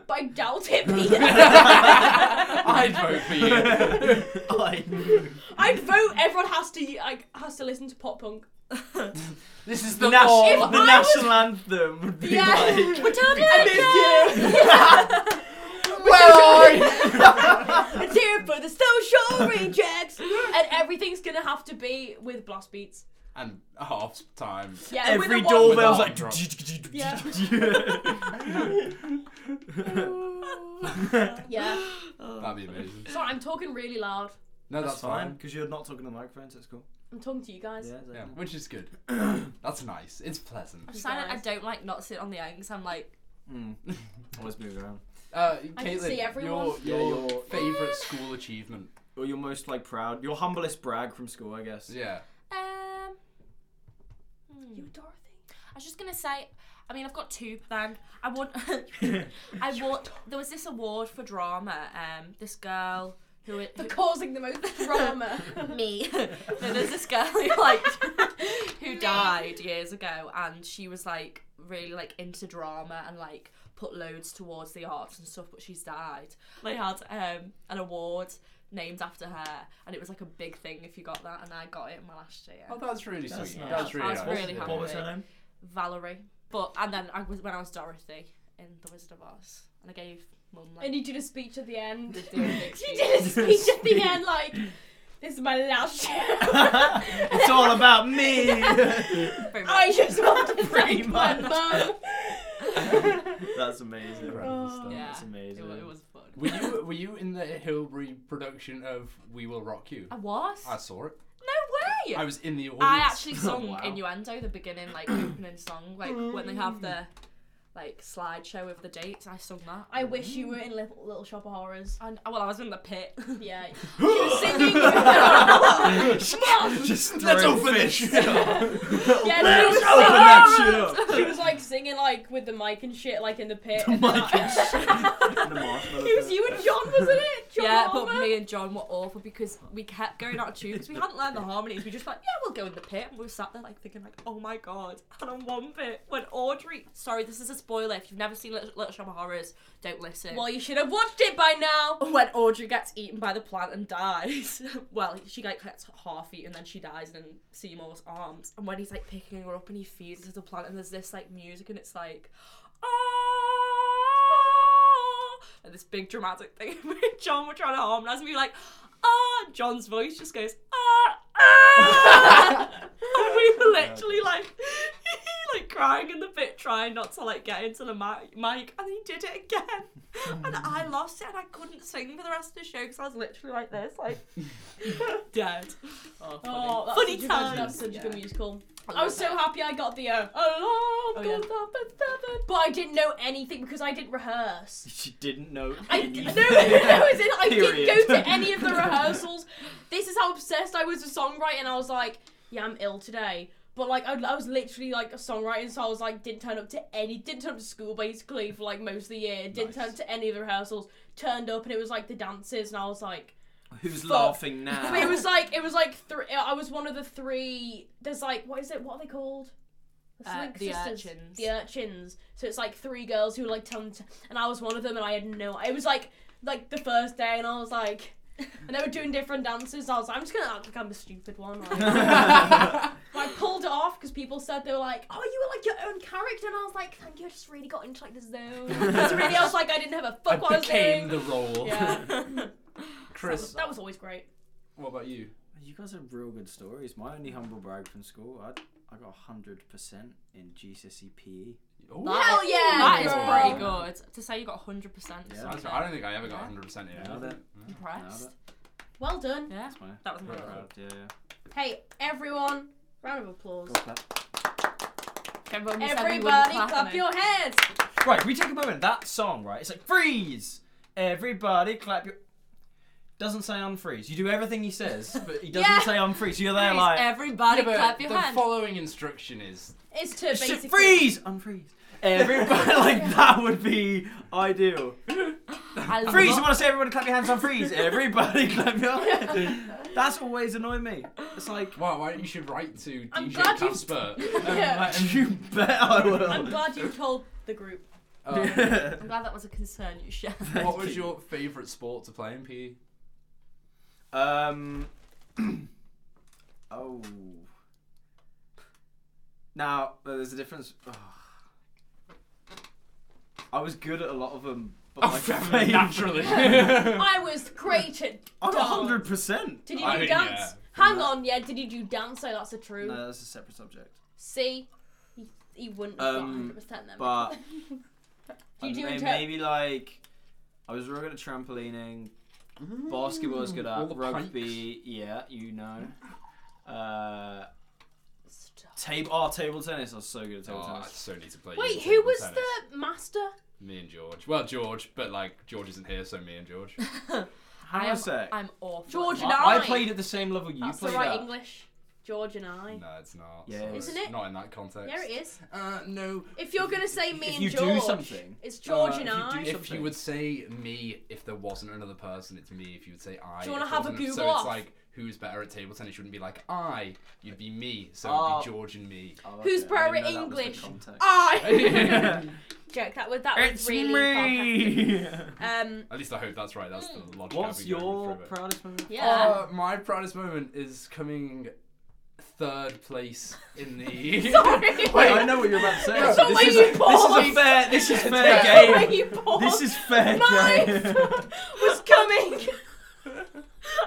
Speaker 3: but I doubt it Peter.
Speaker 2: I'd vote for you.
Speaker 3: I'd vote. Everyone has to like has to listen to pop punk.
Speaker 2: This is the
Speaker 5: Nas-
Speaker 2: law.
Speaker 3: If
Speaker 5: the
Speaker 3: I
Speaker 5: national anthem would be
Speaker 3: Yeah,
Speaker 5: like.
Speaker 3: we're talking It's here for the social rejects, and everything's gonna have to be with blast beats.
Speaker 2: and half time.
Speaker 3: Yeah, with
Speaker 5: Every
Speaker 3: a one-
Speaker 5: doorbell's like.
Speaker 2: Drop.
Speaker 3: Yeah. Yeah.
Speaker 2: That'd be amazing.
Speaker 3: Sorry, I'm talking really loud.
Speaker 2: No, that's,
Speaker 5: That's fine,
Speaker 2: fine.
Speaker 5: because you're not talking to the microphone, so it's cool.
Speaker 3: I'm talking to you guys.
Speaker 5: Yeah,
Speaker 2: Yeah, which is good. that's nice. It's pleasant.
Speaker 1: I'm silent. I
Speaker 3: guys.
Speaker 1: don't like not sit on the eggs. I'm like,
Speaker 5: Always move around.
Speaker 2: Uh,
Speaker 3: I can
Speaker 2: Caitlin,
Speaker 3: see
Speaker 2: your,
Speaker 3: everyone.
Speaker 5: Yeah,
Speaker 2: your
Speaker 5: your-
Speaker 2: favorite school achievement.
Speaker 5: Or your most like proud, your humblest brag from school, I guess.
Speaker 2: Yeah.
Speaker 1: um,
Speaker 3: You, Dorothy.
Speaker 1: I was just gonna say. I mean, I've got two. but Then I won. I won. There was this award for drama. Um, this girl who, who
Speaker 3: For causing the most drama.
Speaker 1: me. no, there's this girl who like who died years ago, and she was like really like into drama and like put loads towards the arts and stuff. But she's died. They had um an award named after her, and it was like a big thing if you got that, and I got it in my last year.
Speaker 2: Oh, that's really
Speaker 5: That's
Speaker 2: sweet.
Speaker 5: nice.
Speaker 2: That's really
Speaker 1: I was
Speaker 2: nice.
Speaker 1: really
Speaker 2: yeah.
Speaker 1: happy.
Speaker 5: What was her name?
Speaker 1: Valerie. But and then I was when I was Dorothy in The Wizard of Oz, and I gave mum like.
Speaker 3: and you did a speech at the end.
Speaker 1: the big
Speaker 3: She
Speaker 1: speech.
Speaker 3: did a speech at the end like, "This is my last year.
Speaker 5: It's all about me.
Speaker 1: Very much.
Speaker 3: I just want to
Speaker 5: Pretty
Speaker 3: thank my
Speaker 5: much.
Speaker 3: mum."
Speaker 5: That's amazing.
Speaker 2: Incredible stuff.
Speaker 1: Yeah,
Speaker 5: That's
Speaker 1: it,
Speaker 5: amazing.
Speaker 1: wa- it was fun.
Speaker 2: Were you were you in the Hillbury production of We Will Rock You?
Speaker 1: I was.
Speaker 2: I saw it.
Speaker 1: no way.
Speaker 2: I was in the audience.
Speaker 1: I actually sung
Speaker 5: wow.
Speaker 1: innuendo the beginning, like opening song, like when they
Speaker 3: Mm.
Speaker 1: have the like slideshow of the dates. I sung that,
Speaker 3: I wish you were in Little, Little Shop of Horrors.
Speaker 1: and well, I was in the pit.
Speaker 3: Yeah. She was singing. yeah,
Speaker 5: Just let's open this.
Speaker 3: she was,
Speaker 5: Open that shit up.
Speaker 3: she was like singing like with the mic and shit, like in the pit.
Speaker 5: The
Speaker 3: and then,
Speaker 5: mic
Speaker 3: like-
Speaker 5: and The
Speaker 3: it was
Speaker 5: marshmallow.
Speaker 3: you and John, wasn't it? John
Speaker 1: yeah, but
Speaker 3: Harmer?
Speaker 1: me and John were awful because we kept going out of tune because we hadn't learned the harmonies. We just like, yeah, we'll go in the pit. And we were sat there like thinking like, oh my god. And on one bit, when Audrey, sorry, this is a spoiler. If you've never seen Little, Little Shop of Horrors, don't listen.
Speaker 3: Well, you should have watched it by now.
Speaker 1: when Audrey gets eaten by the plant and dies, well, she like gets half eaten, then she dies in Seymour's arms. And when he's like picking her up and he feeds her to the plant, and there's this like music, and it's like, ah, and this big dramatic thing. Me and John were trying to harmonise and we were like, ah, John's voice just goes, ah, ah. and we were literally like, like crying in the pit, trying not to like get into the mic, mic and he did it again. and I lost it and I couldn't sing for the rest of the show because I was literally like this, like, dead.
Speaker 3: Oh, that's
Speaker 1: Funny
Speaker 3: such a good-
Speaker 1: times.
Speaker 3: That's such a good musical.
Speaker 1: I
Speaker 3: I was
Speaker 1: love
Speaker 3: so happy I got the uh, oh,
Speaker 1: yeah.
Speaker 3: but I didn't know anything because I didn't rehearse.
Speaker 5: She didn't know.
Speaker 3: I no, no, as in, I
Speaker 5: Period.
Speaker 3: didn't go to any of the rehearsals. This is how obsessed I was with songwriting. I was like, yeah, I'm ill today. But like, I, I was literally like a songwriting, so I was like, didn't turn up to any, didn't turn up to school basically for like most of the year. Didn't turn up to any of the rehearsals. Turned up and it was like the dances, and I was like,
Speaker 5: Who's
Speaker 3: Fuck.
Speaker 5: laughing
Speaker 3: I mean, it
Speaker 5: now?
Speaker 3: was like it was like three. I was one of the three. There's like what is it? What are they called?
Speaker 1: Uh,
Speaker 3: Like
Speaker 1: the
Speaker 3: sisters.
Speaker 1: urchins.
Speaker 3: The urchins. So it's like three girls who like tell them, to, and I was one of them, and I had no. It was like like the first day, and I was like, and they were doing different dances. I was like, I'm just gonna act like I'm the stupid one. Like, I pulled it off because people said they were like, oh, you were like your own character, and I was like, thank you. I just really got into like the zone. It's really, I was like, I didn't have a fuck what I
Speaker 2: I
Speaker 3: was doing.
Speaker 2: became the role.
Speaker 3: yeah,
Speaker 2: Chris,
Speaker 3: that was always great.
Speaker 2: what about you?
Speaker 5: you guys have real good stories. My only humble brag from school, I I got hundred percent in GCSE PE.
Speaker 2: Ooh.
Speaker 1: That
Speaker 3: Hell
Speaker 1: is-
Speaker 3: yeah,
Speaker 1: That is
Speaker 3: girl.
Speaker 1: pretty good. To say you got 100% is
Speaker 5: Yeah.
Speaker 2: That's- I don't think I ever got 100% in.
Speaker 5: Nailed it.
Speaker 1: impressed.
Speaker 5: Nailed
Speaker 3: Well done.
Speaker 1: Yeah,
Speaker 5: That's my
Speaker 1: that was my
Speaker 2: Yeah.
Speaker 1: brag.
Speaker 5: Yeah, yeah.
Speaker 3: Hey, everyone, round of applause.
Speaker 5: Go clap.
Speaker 1: Everyone said we wouldn't
Speaker 3: Everybody
Speaker 1: clap,
Speaker 3: clap
Speaker 1: and
Speaker 3: your hands.
Speaker 5: Right, can we take a moment. That song, right? It's like freeze. Everybody clap your. Doesn't say unfreeze. You do everything he says, but he doesn't
Speaker 3: Yeah.
Speaker 5: say unfreeze. You're there
Speaker 1: Please,
Speaker 5: like
Speaker 1: everybody
Speaker 2: Yeah, but
Speaker 1: clap your
Speaker 2: the
Speaker 1: hands.
Speaker 2: following instruction is
Speaker 3: It's to
Speaker 5: "Shit,
Speaker 3: basically.
Speaker 5: freeze, unfreeze. Everybody like that would be ideal.
Speaker 1: I
Speaker 5: Freeze.
Speaker 1: love-
Speaker 5: You want to say everyone clap your hands on freeze? Everybody clap your hands. That's always annoyed me. It's like
Speaker 2: wow. Why don't you should write to
Speaker 3: I'm
Speaker 2: DJ
Speaker 3: glad you-
Speaker 2: Casper?
Speaker 3: Yeah.
Speaker 5: you bet I will.
Speaker 3: I'm glad you told the group.
Speaker 2: Um,
Speaker 1: I'm glad that was a concern you shared.
Speaker 2: what was your favourite sport to play in PE?
Speaker 5: Um. oh. Now uh, there's a difference. Ugh. I was good at a lot of them, but my favorite.
Speaker 2: Oh, naturally.
Speaker 3: I was great at.
Speaker 5: I'm
Speaker 3: dance.
Speaker 5: hundred percent.
Speaker 3: Did you do
Speaker 2: I mean,
Speaker 3: dance?
Speaker 2: yeah.
Speaker 3: Hang on, yeah. Did you do dance? So that's a true.
Speaker 5: No, that's a separate subject.
Speaker 3: See, he, he wouldn't have got 100
Speaker 5: Um,
Speaker 3: percent then.
Speaker 5: But
Speaker 3: Do you do
Speaker 5: may-
Speaker 3: inter-
Speaker 5: maybe like I was real good at trampolining. Basketball was good
Speaker 2: Mm. all
Speaker 5: at
Speaker 2: the
Speaker 5: rugby. Yeah, you know. Uh,
Speaker 3: Stop.
Speaker 5: table. Oh, table tennis. I was so good at table
Speaker 2: oh, I
Speaker 5: tennis.
Speaker 2: so need to play.
Speaker 3: Wait,
Speaker 2: table
Speaker 3: who was
Speaker 2: tennis.
Speaker 3: the master?
Speaker 2: Me and George. Well, George, but like George isn't here, so me and George.
Speaker 5: Hang on a sec.
Speaker 1: I'm awful.
Speaker 3: George
Speaker 5: I-
Speaker 3: and
Speaker 5: I
Speaker 3: I.
Speaker 5: played at the same level you
Speaker 3: That's the
Speaker 5: played
Speaker 3: right
Speaker 5: at.
Speaker 3: English. George and I.
Speaker 2: No, it's not.
Speaker 5: Yeah,
Speaker 2: Sorry.
Speaker 3: Isn't it?
Speaker 2: Not in that context.
Speaker 3: Yeah, it is.
Speaker 2: Uh, no.
Speaker 3: If you're gonna say me
Speaker 5: If
Speaker 3: and
Speaker 5: you
Speaker 3: George,
Speaker 5: do something,
Speaker 3: it's George
Speaker 5: uh,
Speaker 3: and
Speaker 5: if you do
Speaker 3: I.
Speaker 5: something-
Speaker 2: If you would say me, if there wasn't another person, it's me. If you would say I,
Speaker 3: Do you wanna
Speaker 2: if
Speaker 3: have
Speaker 2: there
Speaker 3: a
Speaker 2: wasn't- So
Speaker 3: Google
Speaker 2: it's
Speaker 3: off?
Speaker 2: like who's better at table tennis? Shouldn't be like I. You'd be me. So
Speaker 5: Oh.
Speaker 2: it'd be George and me.
Speaker 5: Oh,
Speaker 3: Who's
Speaker 5: okay, I
Speaker 3: better at
Speaker 5: didn't know that was the
Speaker 3: English?
Speaker 5: context.
Speaker 3: I. Joke. That was that was really sarcastic. Um.
Speaker 2: At least I hope that's right. That's the logic. I've
Speaker 5: What's
Speaker 2: been going
Speaker 5: your
Speaker 2: through it.
Speaker 5: proudest moment?
Speaker 3: Hmm. Yeah.
Speaker 2: Uh, my proudest moment is coming third place in the.
Speaker 5: Wait, I know what you're about to say.
Speaker 2: It's
Speaker 5: actually.
Speaker 2: not
Speaker 5: this,
Speaker 2: where
Speaker 5: is,
Speaker 3: you
Speaker 5: this is a
Speaker 3: paused.
Speaker 5: fair. This is
Speaker 3: That's
Speaker 5: fair
Speaker 3: where
Speaker 5: game.
Speaker 3: you paused.
Speaker 5: This is fair
Speaker 3: Mine
Speaker 5: game.
Speaker 3: was coming.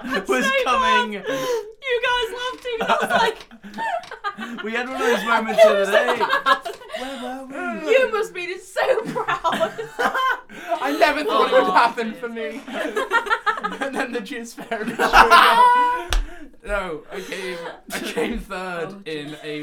Speaker 3: I'd
Speaker 5: Was
Speaker 3: say
Speaker 5: coming.
Speaker 3: mine. You guys loved him. I was like.
Speaker 5: We had one of those moments the other day. Where were we?
Speaker 3: You must be just so proud.
Speaker 2: I never thought it would happen for me. and then the juice fairy showed up. No, I came, I came third
Speaker 5: Oh,
Speaker 2: in a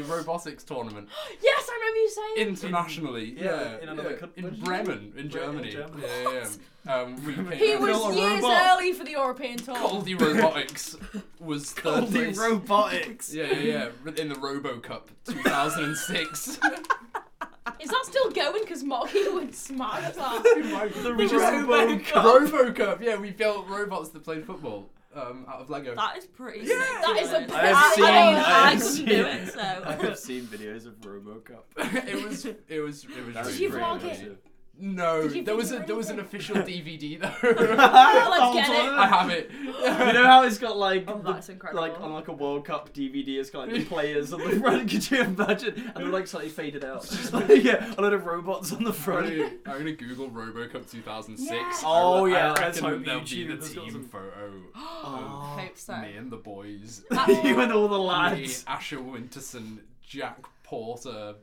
Speaker 2: robotics tournament
Speaker 3: yes, I remember you saying.
Speaker 2: internationally.
Speaker 5: yeah,
Speaker 2: yeah,
Speaker 5: in another
Speaker 2: yeah,
Speaker 5: country.
Speaker 2: in Bremen, in Germany.
Speaker 5: Germany.
Speaker 2: Yeah, yeah, yeah. Um, we came
Speaker 3: he
Speaker 2: out-
Speaker 5: You're
Speaker 3: was
Speaker 5: a
Speaker 3: years
Speaker 5: robot.
Speaker 3: early for the European tour.
Speaker 2: Caldy Robotics was third
Speaker 5: Golden
Speaker 2: place.
Speaker 5: robotics.
Speaker 2: yeah, yeah, yeah. In the Robo Cup 2006.
Speaker 3: Is that still going? Because Moggy would smash that.
Speaker 5: We just
Speaker 2: Robo Cup. Yeah, we built robots that played football um, out of Lego.
Speaker 1: That is pretty. Yeah.
Speaker 3: That is a.
Speaker 5: I have
Speaker 3: I-
Speaker 5: seen-
Speaker 3: I, mean,
Speaker 5: I
Speaker 3: I
Speaker 5: have
Speaker 3: couldn't
Speaker 5: seen-
Speaker 3: do it. So.
Speaker 5: have seen videos of RoboCop.
Speaker 2: it was. It was. It was.
Speaker 5: That
Speaker 2: really
Speaker 5: was
Speaker 3: you
Speaker 2: great.
Speaker 3: vlog it?
Speaker 2: Yeah. No,
Speaker 3: you
Speaker 2: there was a
Speaker 3: video
Speaker 2: there was an
Speaker 3: anything?
Speaker 2: official DVD though.
Speaker 3: let's get it.
Speaker 2: I have it.
Speaker 5: You know how it's got like
Speaker 1: Oh,
Speaker 5: the-
Speaker 1: that's incredible.
Speaker 5: like on like a World Cup DVD, it's got like the players on the front. Could you imagine? And they're like slightly faded out. yeah, a lot of robots on the
Speaker 2: I'm
Speaker 5: front.
Speaker 2: gonna, I'm gonna Google RoboCop 2006.
Speaker 3: Yes.
Speaker 2: I-
Speaker 5: Oh,
Speaker 2: I
Speaker 5: yeah, let's
Speaker 2: reckon
Speaker 5: hope
Speaker 2: there'll be
Speaker 5: YouTube
Speaker 2: the
Speaker 5: has got
Speaker 2: team
Speaker 5: some-
Speaker 2: photo of
Speaker 1: Hope so.
Speaker 2: me and the boys.
Speaker 5: Oh. you and all the
Speaker 2: me,
Speaker 5: lads.
Speaker 2: Asher Winterson, Jack Porter,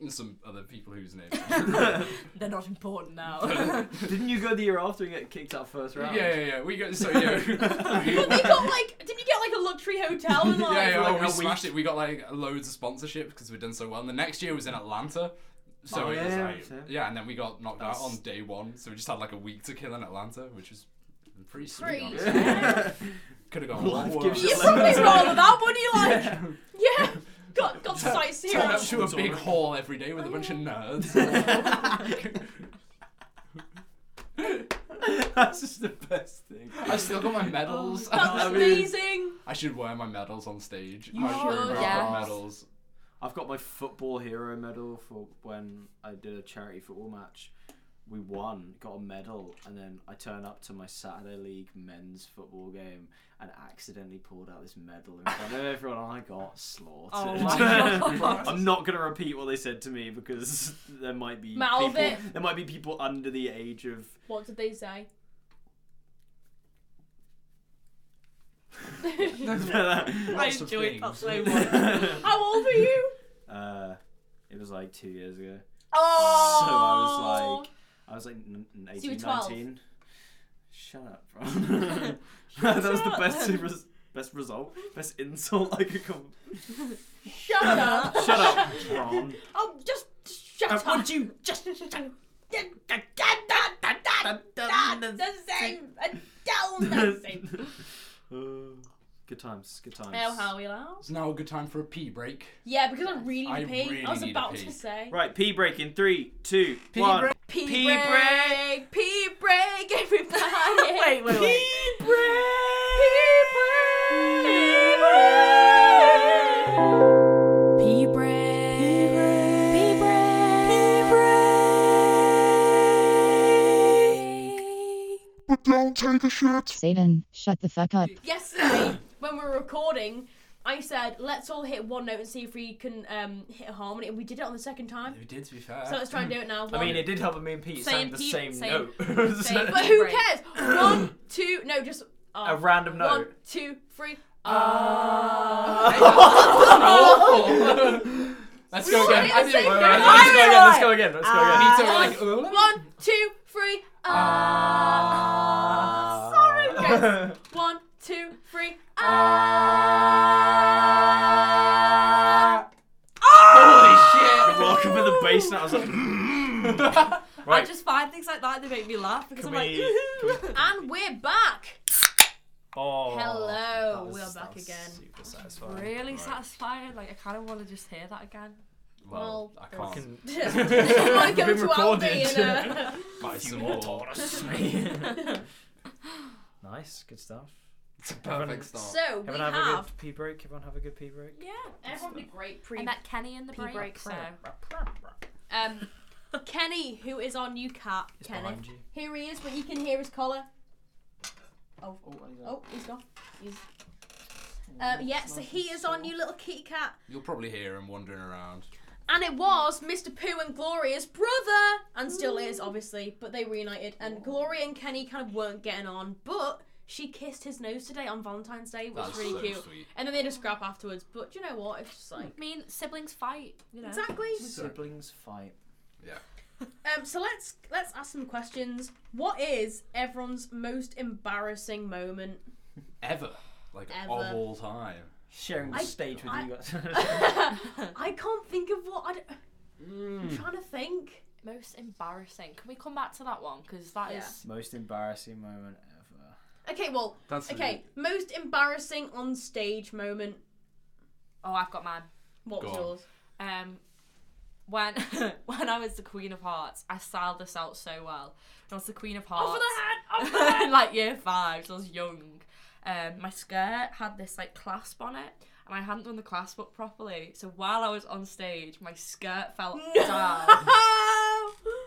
Speaker 2: and some other people whose names. yeah,
Speaker 1: They're not important now.
Speaker 5: Didn't you go the year after and get kicked out first round?
Speaker 2: yeah, yeah. We got so yeah. we-
Speaker 3: But they got like, didn't you get like a luxury hotel and like?
Speaker 2: yeah, yeah, like, oh, we a smashed week. it. We got like loads of sponsorships because we'd done so well. And the next year was in Atlanta, so
Speaker 5: Oh,
Speaker 2: it was
Speaker 5: yeah,
Speaker 2: like
Speaker 5: yeah.
Speaker 2: yeah. And then we got knocked
Speaker 5: That's-
Speaker 2: out on day one, so we just had like a week to kill in Atlanta, which was pretty sweet.
Speaker 3: Pretty
Speaker 2: Honestly.
Speaker 3: fair.
Speaker 2: Could have gone
Speaker 5: Life
Speaker 2: a lot
Speaker 5: gives
Speaker 2: worse.
Speaker 3: You probably rather that, wouldn't you? Like, yeah, got got to sightsee.
Speaker 2: Turn up
Speaker 3: around.
Speaker 2: to a big hall every day with a bunch of
Speaker 3: Oh.
Speaker 2: nerds.
Speaker 5: That's just the best thing.
Speaker 2: I still got my medals.
Speaker 3: Oh, That's
Speaker 2: I mean,
Speaker 3: amazing.
Speaker 2: I should wear my medals on stage.
Speaker 1: You
Speaker 2: I should
Speaker 1: should,
Speaker 2: wear
Speaker 1: yes.
Speaker 2: my medals.
Speaker 5: I've got my football hero medal for when I did a charity football match. We won, got a medal, and then I turn up to my Saturday League men's football game and accidentally pulled out this medal in front of everyone, and I got slaughtered.
Speaker 1: Oh my God.
Speaker 5: I'm not gonna repeat what they said to me because there might be
Speaker 3: Mouth
Speaker 5: people,
Speaker 3: it.
Speaker 5: there might be people under the age of
Speaker 3: What did they say?
Speaker 2: Lots of
Speaker 1: enjoyed that
Speaker 2: things.
Speaker 1: so much.
Speaker 3: How old were you?
Speaker 5: uh, it was like two years ago. So I was
Speaker 3: Oh.
Speaker 5: like, I was like n- n- 18,
Speaker 3: So you were 12?
Speaker 5: 19. Shut up, bro. that was the
Speaker 3: up.
Speaker 5: best res- best result, best insult I could come.
Speaker 3: Shut up.
Speaker 5: Shut up, Tron.
Speaker 3: Oh, just shut up. Would you just?
Speaker 5: Uh, good times, good times.
Speaker 3: Oh, how we loud?
Speaker 2: It's now a good time for a pee break.
Speaker 3: Yeah, because I really
Speaker 2: I
Speaker 3: need to pee.
Speaker 2: really
Speaker 3: I was
Speaker 2: need to
Speaker 3: about
Speaker 2: pee.
Speaker 3: to say.
Speaker 5: Right, pee break in three, two, one.
Speaker 2: break.
Speaker 3: Pee,
Speaker 5: Pee
Speaker 3: break, Pee break, everybody. wait, wait, wait. Pee break. Pee break. Pee break. Pee break.
Speaker 4: Satan, shut the fuck up.
Speaker 3: Yesterday, when we were recording, I said, let's all hit one note and see if we can um, hit a harmony. And we did it on the second time.
Speaker 2: We did, to be fair.
Speaker 3: So let's try and do it now.
Speaker 5: I
Speaker 3: One,
Speaker 5: mean, it did help me and Pete
Speaker 1: Same
Speaker 5: sang the
Speaker 1: key-
Speaker 5: same,
Speaker 1: same-
Speaker 5: note.
Speaker 1: same-
Speaker 3: But who cares? One, two, no, just uh,
Speaker 5: A random note.
Speaker 3: One, two, three. Uh, Ah.
Speaker 5: Uh,
Speaker 2: Let's go
Speaker 3: Sorry,
Speaker 2: again. I
Speaker 3: the
Speaker 2: did it.
Speaker 3: same
Speaker 2: Wait, wait,
Speaker 3: thing.
Speaker 2: wait, wait.
Speaker 5: Let's go again. Let's go again. Let's go again.
Speaker 2: Like, uh,
Speaker 3: One, two, three. uh.
Speaker 5: Uh.
Speaker 3: Ah. Sorry, guys. One, two, three. uh. Ah.
Speaker 2: Holy shit!
Speaker 5: Welcome to the base now. I was like,
Speaker 1: I just find things like that they make me laugh because I'm like,
Speaker 3: And we're back.
Speaker 5: oh,
Speaker 3: Hello, we're
Speaker 5: that
Speaker 3: back
Speaker 5: was
Speaker 3: again.
Speaker 5: Super satisfying.
Speaker 1: really
Speaker 2: Right.
Speaker 1: satisfying. Like I kind of want to just hear that again.
Speaker 2: Well, I can't
Speaker 5: Fucking-
Speaker 3: I go
Speaker 5: been
Speaker 3: to Aldi
Speaker 5: recorded.
Speaker 3: and, uh,
Speaker 2: buy some more.
Speaker 5: nice, good stuff.
Speaker 2: It's a perfect start.
Speaker 3: So we
Speaker 5: Everyone
Speaker 3: have.
Speaker 5: have, a good pee break. Everyone have a good pee break.
Speaker 3: yeah, everyone did great pre.
Speaker 1: I met Kenny in the break,
Speaker 3: break,
Speaker 1: so
Speaker 3: so- Um, Kenny, who is our new cat, Kenneth.
Speaker 5: behind you.
Speaker 3: Here he is, but you can hear his collar. Oh, oh, he's gone. He's. Um, yeah, so he is our new little kitty cat,
Speaker 2: You'll probably hear him wandering around.
Speaker 3: and it was Mr. Pooh and Gloria's brother, and still is obviously, but they reunited, and Gloria and Kenny kind of weren't getting on, but she kissed his nose today on Valentine's Day, which
Speaker 2: That's
Speaker 3: is really
Speaker 2: so
Speaker 3: cute.
Speaker 2: sweet.
Speaker 3: And then they just scrap afterwards, but do you know what? It's just like
Speaker 1: I mean, siblings fight. You know.
Speaker 3: exactly.
Speaker 5: Siblings fight.
Speaker 3: Um, so let's let's ask some questions. What is everyone's most embarrassing moment?
Speaker 2: Ever. Like,
Speaker 3: Ever.
Speaker 2: of all time.
Speaker 5: Sharing the
Speaker 3: I-
Speaker 5: stage with
Speaker 3: I-
Speaker 5: you guys.
Speaker 3: I can't think of what. I
Speaker 2: Hmm.
Speaker 3: am trying to think.
Speaker 1: Most embarrassing. Can we come back to that one? Because that is
Speaker 3: Yeah.
Speaker 5: Most embarrassing moment ever.
Speaker 3: Okay, well,
Speaker 2: That's
Speaker 3: okay. Most embarrassing on stage moment.
Speaker 1: Oh, I've got mine.
Speaker 3: What was
Speaker 2: Go on.
Speaker 3: yours?
Speaker 1: um when when I was the Queen of Hearts, I styled this out so well. When I was the Queen of Hearts,
Speaker 3: Over Oh, the head. Over the head.
Speaker 1: in like year five, so I was young. Um, my skirt had this like clasp on it, and I hadn't done the clasp up properly. So while I was on stage, my skirt fell down.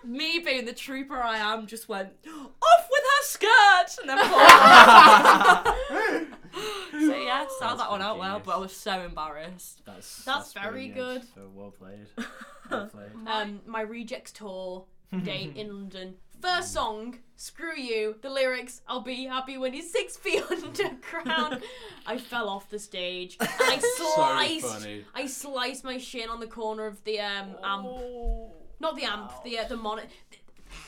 Speaker 1: Me being and the trooper I am just went off with her skirt and then pulled. so yeah, sound that one out well,
Speaker 5: genius.
Speaker 1: but I was so embarrassed.
Speaker 5: That's,
Speaker 3: That's very
Speaker 5: brilliant.
Speaker 3: good.
Speaker 5: So well played. Well played.
Speaker 3: um, my rejects tour date in London. First song, "Screw You." The lyrics, "I'll be happy when you're six feet underground." I fell off the stage. And I
Speaker 2: So
Speaker 3: sliced.
Speaker 2: funny.
Speaker 3: I sliced my shin on the corner of the um, amp. Not the amp. The uh, the monitor.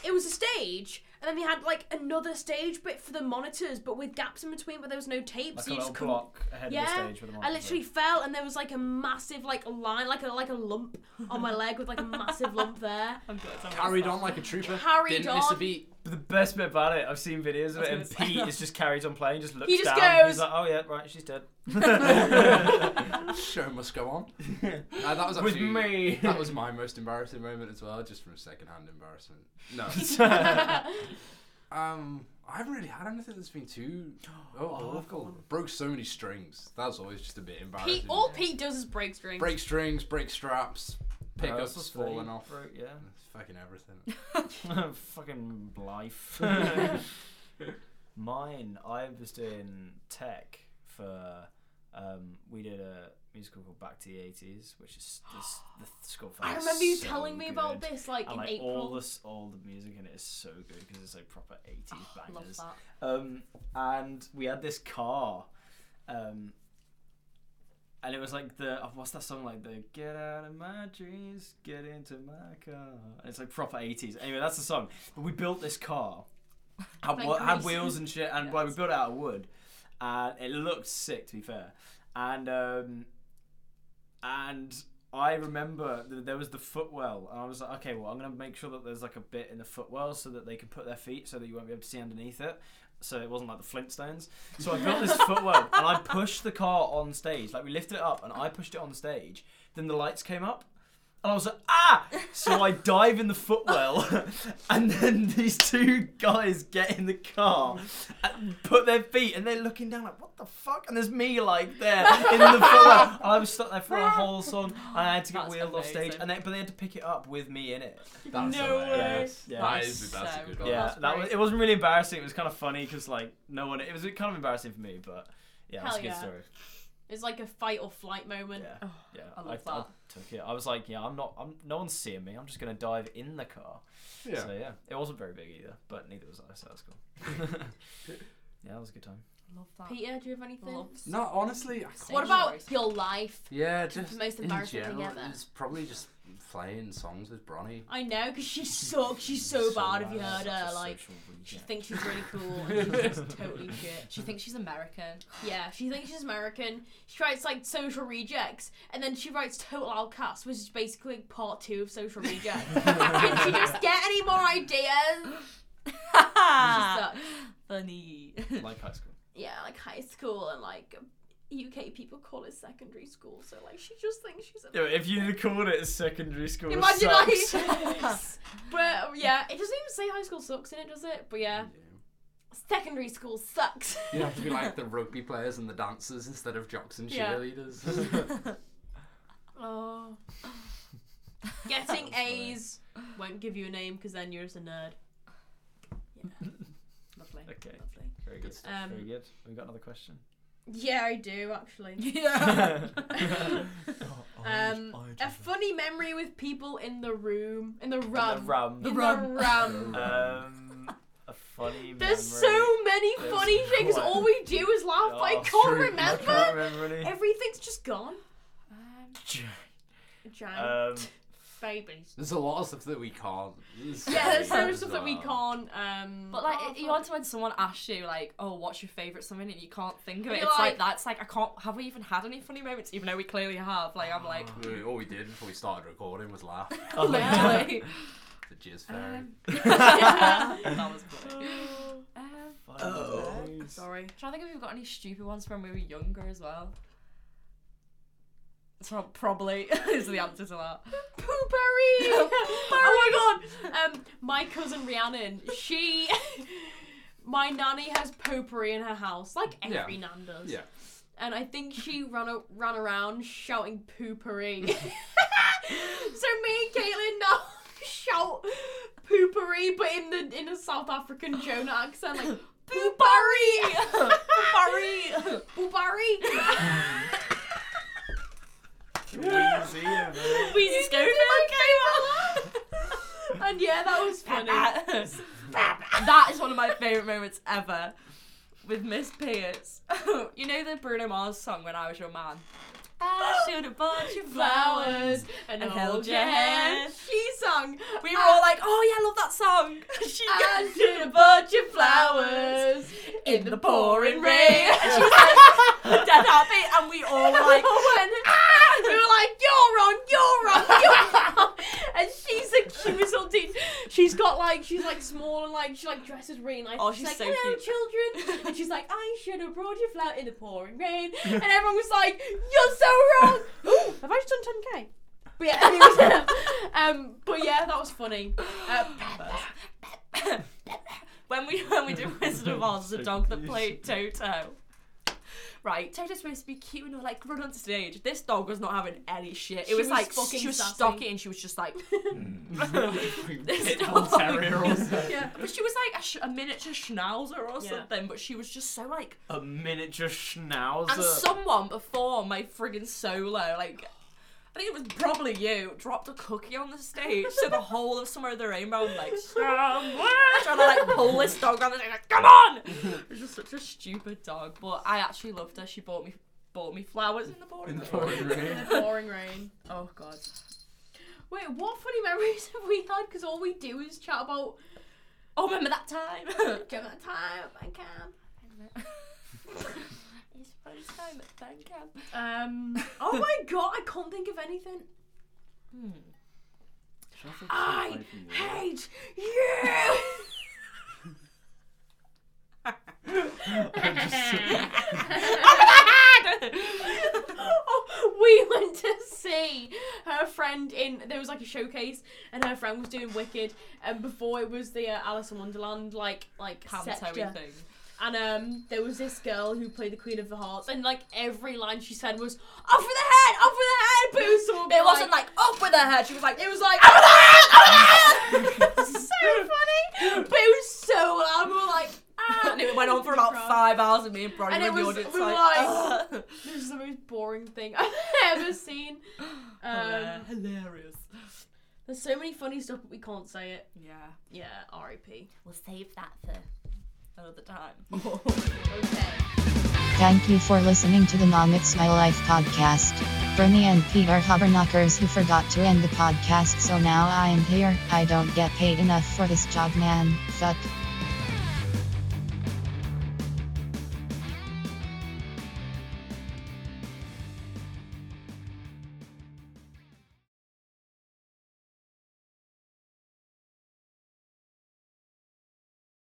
Speaker 3: It was a stage, and then they had like another stage bit for the monitors, but with gaps in between, but there was no tape,
Speaker 5: Like
Speaker 3: so
Speaker 5: a
Speaker 3: you
Speaker 5: little
Speaker 3: just couldn't
Speaker 5: block ahead of the
Speaker 3: yeah,
Speaker 5: stage with the
Speaker 3: I literally fell and there was like a massive like line, like a like a lump on my leg with like a massive lump there.
Speaker 1: I'm good. I'm
Speaker 2: Carried on like a trooper.
Speaker 3: Carried
Speaker 2: Didn't miss a
Speaker 3: on.
Speaker 2: beat.
Speaker 5: The best bit about it, I've seen videos of it,
Speaker 1: gonna
Speaker 5: and
Speaker 1: say
Speaker 5: Pete
Speaker 1: that.
Speaker 5: is just carries on playing, just looks
Speaker 3: He just
Speaker 5: down.
Speaker 3: goes-
Speaker 5: He's like, oh yeah, right, she's dead.
Speaker 2: Show must go on. No, that was
Speaker 5: With
Speaker 2: actually,
Speaker 5: me.
Speaker 2: That was my most embarrassing moment as well, just from secondhand embarrassment. No. um, I haven't really had anything that's been too oh, awful. Broke so many strings. That was always just a bit embarrassing.
Speaker 3: Pete, all Pete does is break strings.
Speaker 2: break strings, break straps, pickups
Speaker 5: Purse,
Speaker 2: falling
Speaker 5: sleeve,
Speaker 2: off,
Speaker 5: throat,
Speaker 2: fucking everything.
Speaker 5: yeah. Fucking life. Mine, I was doing tech for. Um, we did a musical called Back to the 80s, which is this, the school
Speaker 3: I remember you telling me about
Speaker 5: this.
Speaker 3: this like
Speaker 5: and
Speaker 3: in
Speaker 5: like all
Speaker 3: April.
Speaker 5: this, all the music in it is so good because it's like proper 80s
Speaker 1: Love
Speaker 5: bangers.
Speaker 1: that.
Speaker 5: Um, and we had this car, um, and it was like the oh, what's that song like the Get out of my dreams, get into my car. And it's like proper 80s. Anyway, that's the song. But we built this car, had,
Speaker 3: Like
Speaker 5: wa- had
Speaker 3: Grease.
Speaker 5: wheels and shit, and like we built it out of wood, and it looked sick to be fair. And um, and I remember th- there was the footwell, and I was like, okay, well, I'm gonna make sure that there's like a bit in the footwell so that they can put their feet, so that you won't be able to see underneath it. So it wasn't like the Flintstones. So I built this footwell, and I pushed the car on stage. Like we lifted it up, and I pushed it on stage. Then the lights came up. And I was like, ah! So I dive in the footwell, and then these two guys get in the car and put their feet, and they're looking down like, what the fuck? And there's me like there in the footwell. And I was stuck there for a whole song, and I had to get
Speaker 1: That's
Speaker 5: wheeled off stage,
Speaker 1: amazing.
Speaker 5: and they, but they had to pick it up with me in it.
Speaker 2: That's
Speaker 1: No
Speaker 2: hilarious.
Speaker 5: way. Yeah.
Speaker 2: That
Speaker 1: That
Speaker 2: is,
Speaker 1: is
Speaker 2: that's
Speaker 1: so
Speaker 2: a good
Speaker 1: good.
Speaker 2: one.
Speaker 5: yeah,
Speaker 1: that's
Speaker 5: that was,
Speaker 1: great.
Speaker 5: it wasn't really embarrassing. It was kind of funny because like no one. It was kind of embarrassing for me, but yeah,
Speaker 3: Hell
Speaker 5: it's a good
Speaker 3: yeah.
Speaker 5: story.
Speaker 3: It's like a fight or flight moment.
Speaker 5: Yeah, yeah.
Speaker 1: I love that.
Speaker 5: took it. I was like, yeah, I'm not. I'm, no one's seeing me. I'm just gonna dive in the car.
Speaker 2: Yeah.
Speaker 5: So yeah, it wasn't very big either, but neither was I. So that's cool. yeah, that was a good time.
Speaker 1: Love that.
Speaker 3: Peter, do you have anything?
Speaker 1: Loves.
Speaker 2: No, honestly, I can't.
Speaker 3: What about your life?
Speaker 2: Yeah, just
Speaker 3: most
Speaker 2: in
Speaker 3: embarrassing thing
Speaker 2: general,
Speaker 3: ever.
Speaker 2: It's probably just playing songs with Bronny.
Speaker 3: I know, because she sucks. She's so, bad. Have you heard her? Like, she thinks she's really cool. and she's just totally shit.
Speaker 1: She thinks she's American.
Speaker 3: Yeah, she thinks she's American. She writes like social rejects, and then she writes total outcast, which is basically part two of social rejects. Can she just get any more ideas?
Speaker 1: Uh,
Speaker 3: sucks.
Speaker 1: Funny.
Speaker 5: like high school.
Speaker 3: Yeah, like high school and like UK people call it secondary school, so like she just thinks she's. A-
Speaker 5: Yeah, if you had called it secondary school,
Speaker 3: Imagine
Speaker 5: sucks.
Speaker 3: I. but yeah, it doesn't even say high school sucks in it, does it? But yeah, secondary school sucks.
Speaker 2: You have to be like the rugby players and the dancers instead of jocks and
Speaker 3: Yeah.
Speaker 2: cheerleaders.
Speaker 3: Oh. Getting A's won't give you a name because then you're just a nerd. Yeah. Lovely.
Speaker 5: Okay.
Speaker 3: Lovely.
Speaker 5: Very good. Stuff.
Speaker 3: Um,
Speaker 5: Very good. We got another question.
Speaker 3: Yeah, I do actually.
Speaker 1: yeah.
Speaker 3: Um, a funny memory with people in the room, in the
Speaker 5: The
Speaker 3: rum,
Speaker 5: rum.
Speaker 3: in
Speaker 1: rum.
Speaker 3: the rum.
Speaker 5: Um, a funny.
Speaker 3: There's
Speaker 5: memory.
Speaker 3: so many
Speaker 5: There's
Speaker 3: funny things.
Speaker 5: quite-
Speaker 3: All we do is laugh, but I
Speaker 5: Oh,
Speaker 3: can't
Speaker 5: true.
Speaker 3: remember.
Speaker 5: I can't remember any.
Speaker 3: Everything's just gone. Giant
Speaker 5: Um,
Speaker 3: babies.
Speaker 2: There's a lot of stuff that we can't. There's so
Speaker 3: Yeah, there's so
Speaker 2: many
Speaker 3: much stuff that we
Speaker 2: as well.
Speaker 3: can't. Um,
Speaker 1: But like,
Speaker 3: laugh
Speaker 1: you
Speaker 3: at.
Speaker 1: want to when someone asks you like, "Oh, what's your favorite something?" and you can't think of it.
Speaker 3: You're
Speaker 1: It's like,
Speaker 3: like-
Speaker 1: that's like I can't. Have we even had any funny moments? Even though we clearly have. Like I'm like,
Speaker 2: We- All we did before we started recording was laugh.
Speaker 5: Ah.
Speaker 3: Oh,
Speaker 1: literally.
Speaker 2: the jizz fairy.
Speaker 1: that was funny. Um,
Speaker 5: oh.
Speaker 3: Sorry.
Speaker 1: trying to think if we've got any stupid ones from when we were younger as well. Pro- probably is the answer to that.
Speaker 3: poopery. oh my god. Um, my cousin Rhiannon, she, my nanny has potpourri in her house, like
Speaker 2: Yeah.
Speaker 3: every nan does.
Speaker 2: Yeah.
Speaker 3: And I think she ran a- ran around shouting poopery. so me and Caitlin now shout poopery Barry, but in the in a South African Jonah accent, like Boo Barry,
Speaker 1: Barry.
Speaker 3: Boo Barry.
Speaker 8: Wheezy, yeah.
Speaker 1: We just go
Speaker 3: And yeah, that was funny.
Speaker 2: Uh,
Speaker 1: that is one of my favorite moments ever with Miss Pierce. you know the Bruno Mars song "When I Was Your Man."
Speaker 2: uh,
Speaker 1: I should have bought you flowers.
Speaker 3: Flowers and,
Speaker 1: And
Speaker 3: held
Speaker 1: held
Speaker 3: your
Speaker 1: your
Speaker 3: hand.
Speaker 1: hand.
Speaker 3: She sung.
Speaker 1: We were all like, "Oh yeah, I love that song." she
Speaker 3: I
Speaker 1: goes,
Speaker 3: should have bought you flowers in the pouring rain.
Speaker 1: and she was like, "Dead happy," and we all were like,
Speaker 3: when "Ah!" we were like, "You're wrong, you're wrong, you're wrong," and she's like, she was all deep. She's got like, she's like small and like she like dresses really nice.
Speaker 1: Oh,
Speaker 3: she's,
Speaker 1: she's
Speaker 3: like,
Speaker 1: so
Speaker 3: "Hello,
Speaker 1: cute."
Speaker 3: children," and she's like, "I should have brought you flour in the pouring rain," and everyone was like, "You're so wrong." Ooh, have I just done ten k? But yeah, anyways, um, but yeah, that was funny. Uh,
Speaker 1: when we when we did Wizard of Oz, the dog that played Toto. Right, Toto's supposed to be cute and all, like run onto stage. This dog was not having any shit. It
Speaker 3: She
Speaker 1: was,
Speaker 3: was
Speaker 1: like
Speaker 3: fucking
Speaker 1: she was
Speaker 3: sassy.
Speaker 1: stocky and she was just like this
Speaker 8: Pitbull
Speaker 1: dog.
Speaker 8: Mm. terrier or something.
Speaker 1: Yeah, but she was like a, sh- a miniature schnauzer or
Speaker 3: Yeah.
Speaker 1: something. But she was just so like.
Speaker 8: A miniature
Speaker 1: And
Speaker 8: schnauzer.
Speaker 1: someone before my friggin' solo, like, I think it was probably you, dropped a cookie on the stage. so the whole of Somewhere of the Rainbow, was like, someone trying to like pull this dog on the stage, like, come on! It was just such a stupid dog, but I actually loved her. She bought me bought me flowers in the morning.
Speaker 3: in the pouring rain.
Speaker 1: Oh god.
Speaker 3: Wait, what funny memories have we had? Because all we do is chat about
Speaker 1: Oh, remember that time?
Speaker 3: Give it time, I can.
Speaker 1: it's funny time at band camp.
Speaker 3: Um. Oh my god, I can't think of anything. I hate you. oh, we went to see her friend in there was like a showcase, and her friend was doing Wicked, and before it was the uh, Alice in Wonderland like like
Speaker 1: Pantomime
Speaker 3: sector.
Speaker 1: thing.
Speaker 3: And um, there was this girl who played the Queen of the Hearts, and like every line she said was "Off with the head, off with the head." But it was someone
Speaker 1: It wasn't like up with her head. She was like,
Speaker 3: it was like "Off with the head, off with the head!" It was so funny, but it was so loud. We were like, ah.
Speaker 1: and it went on for about
Speaker 3: Right.
Speaker 1: five hours, and me and Bronnie
Speaker 3: And it
Speaker 1: were in
Speaker 3: was-
Speaker 1: the audience
Speaker 3: we were
Speaker 1: like, "Ugh."
Speaker 3: This is the most boring thing I've ever seen.
Speaker 1: Oh,
Speaker 3: Um,
Speaker 1: hilarious.
Speaker 3: there's so many funny stuff, but we can't say it.
Speaker 1: Yeah,
Speaker 3: Yeah, R.I.P.
Speaker 1: we'll save that for another time.
Speaker 3: Okay.
Speaker 4: Thank you for listening to the Mom It's My Life podcast. Bernie and Pete are hubberknockers who forgot to end the podcast, so now I am here. I don't get paid enough for this job, man. Fuck.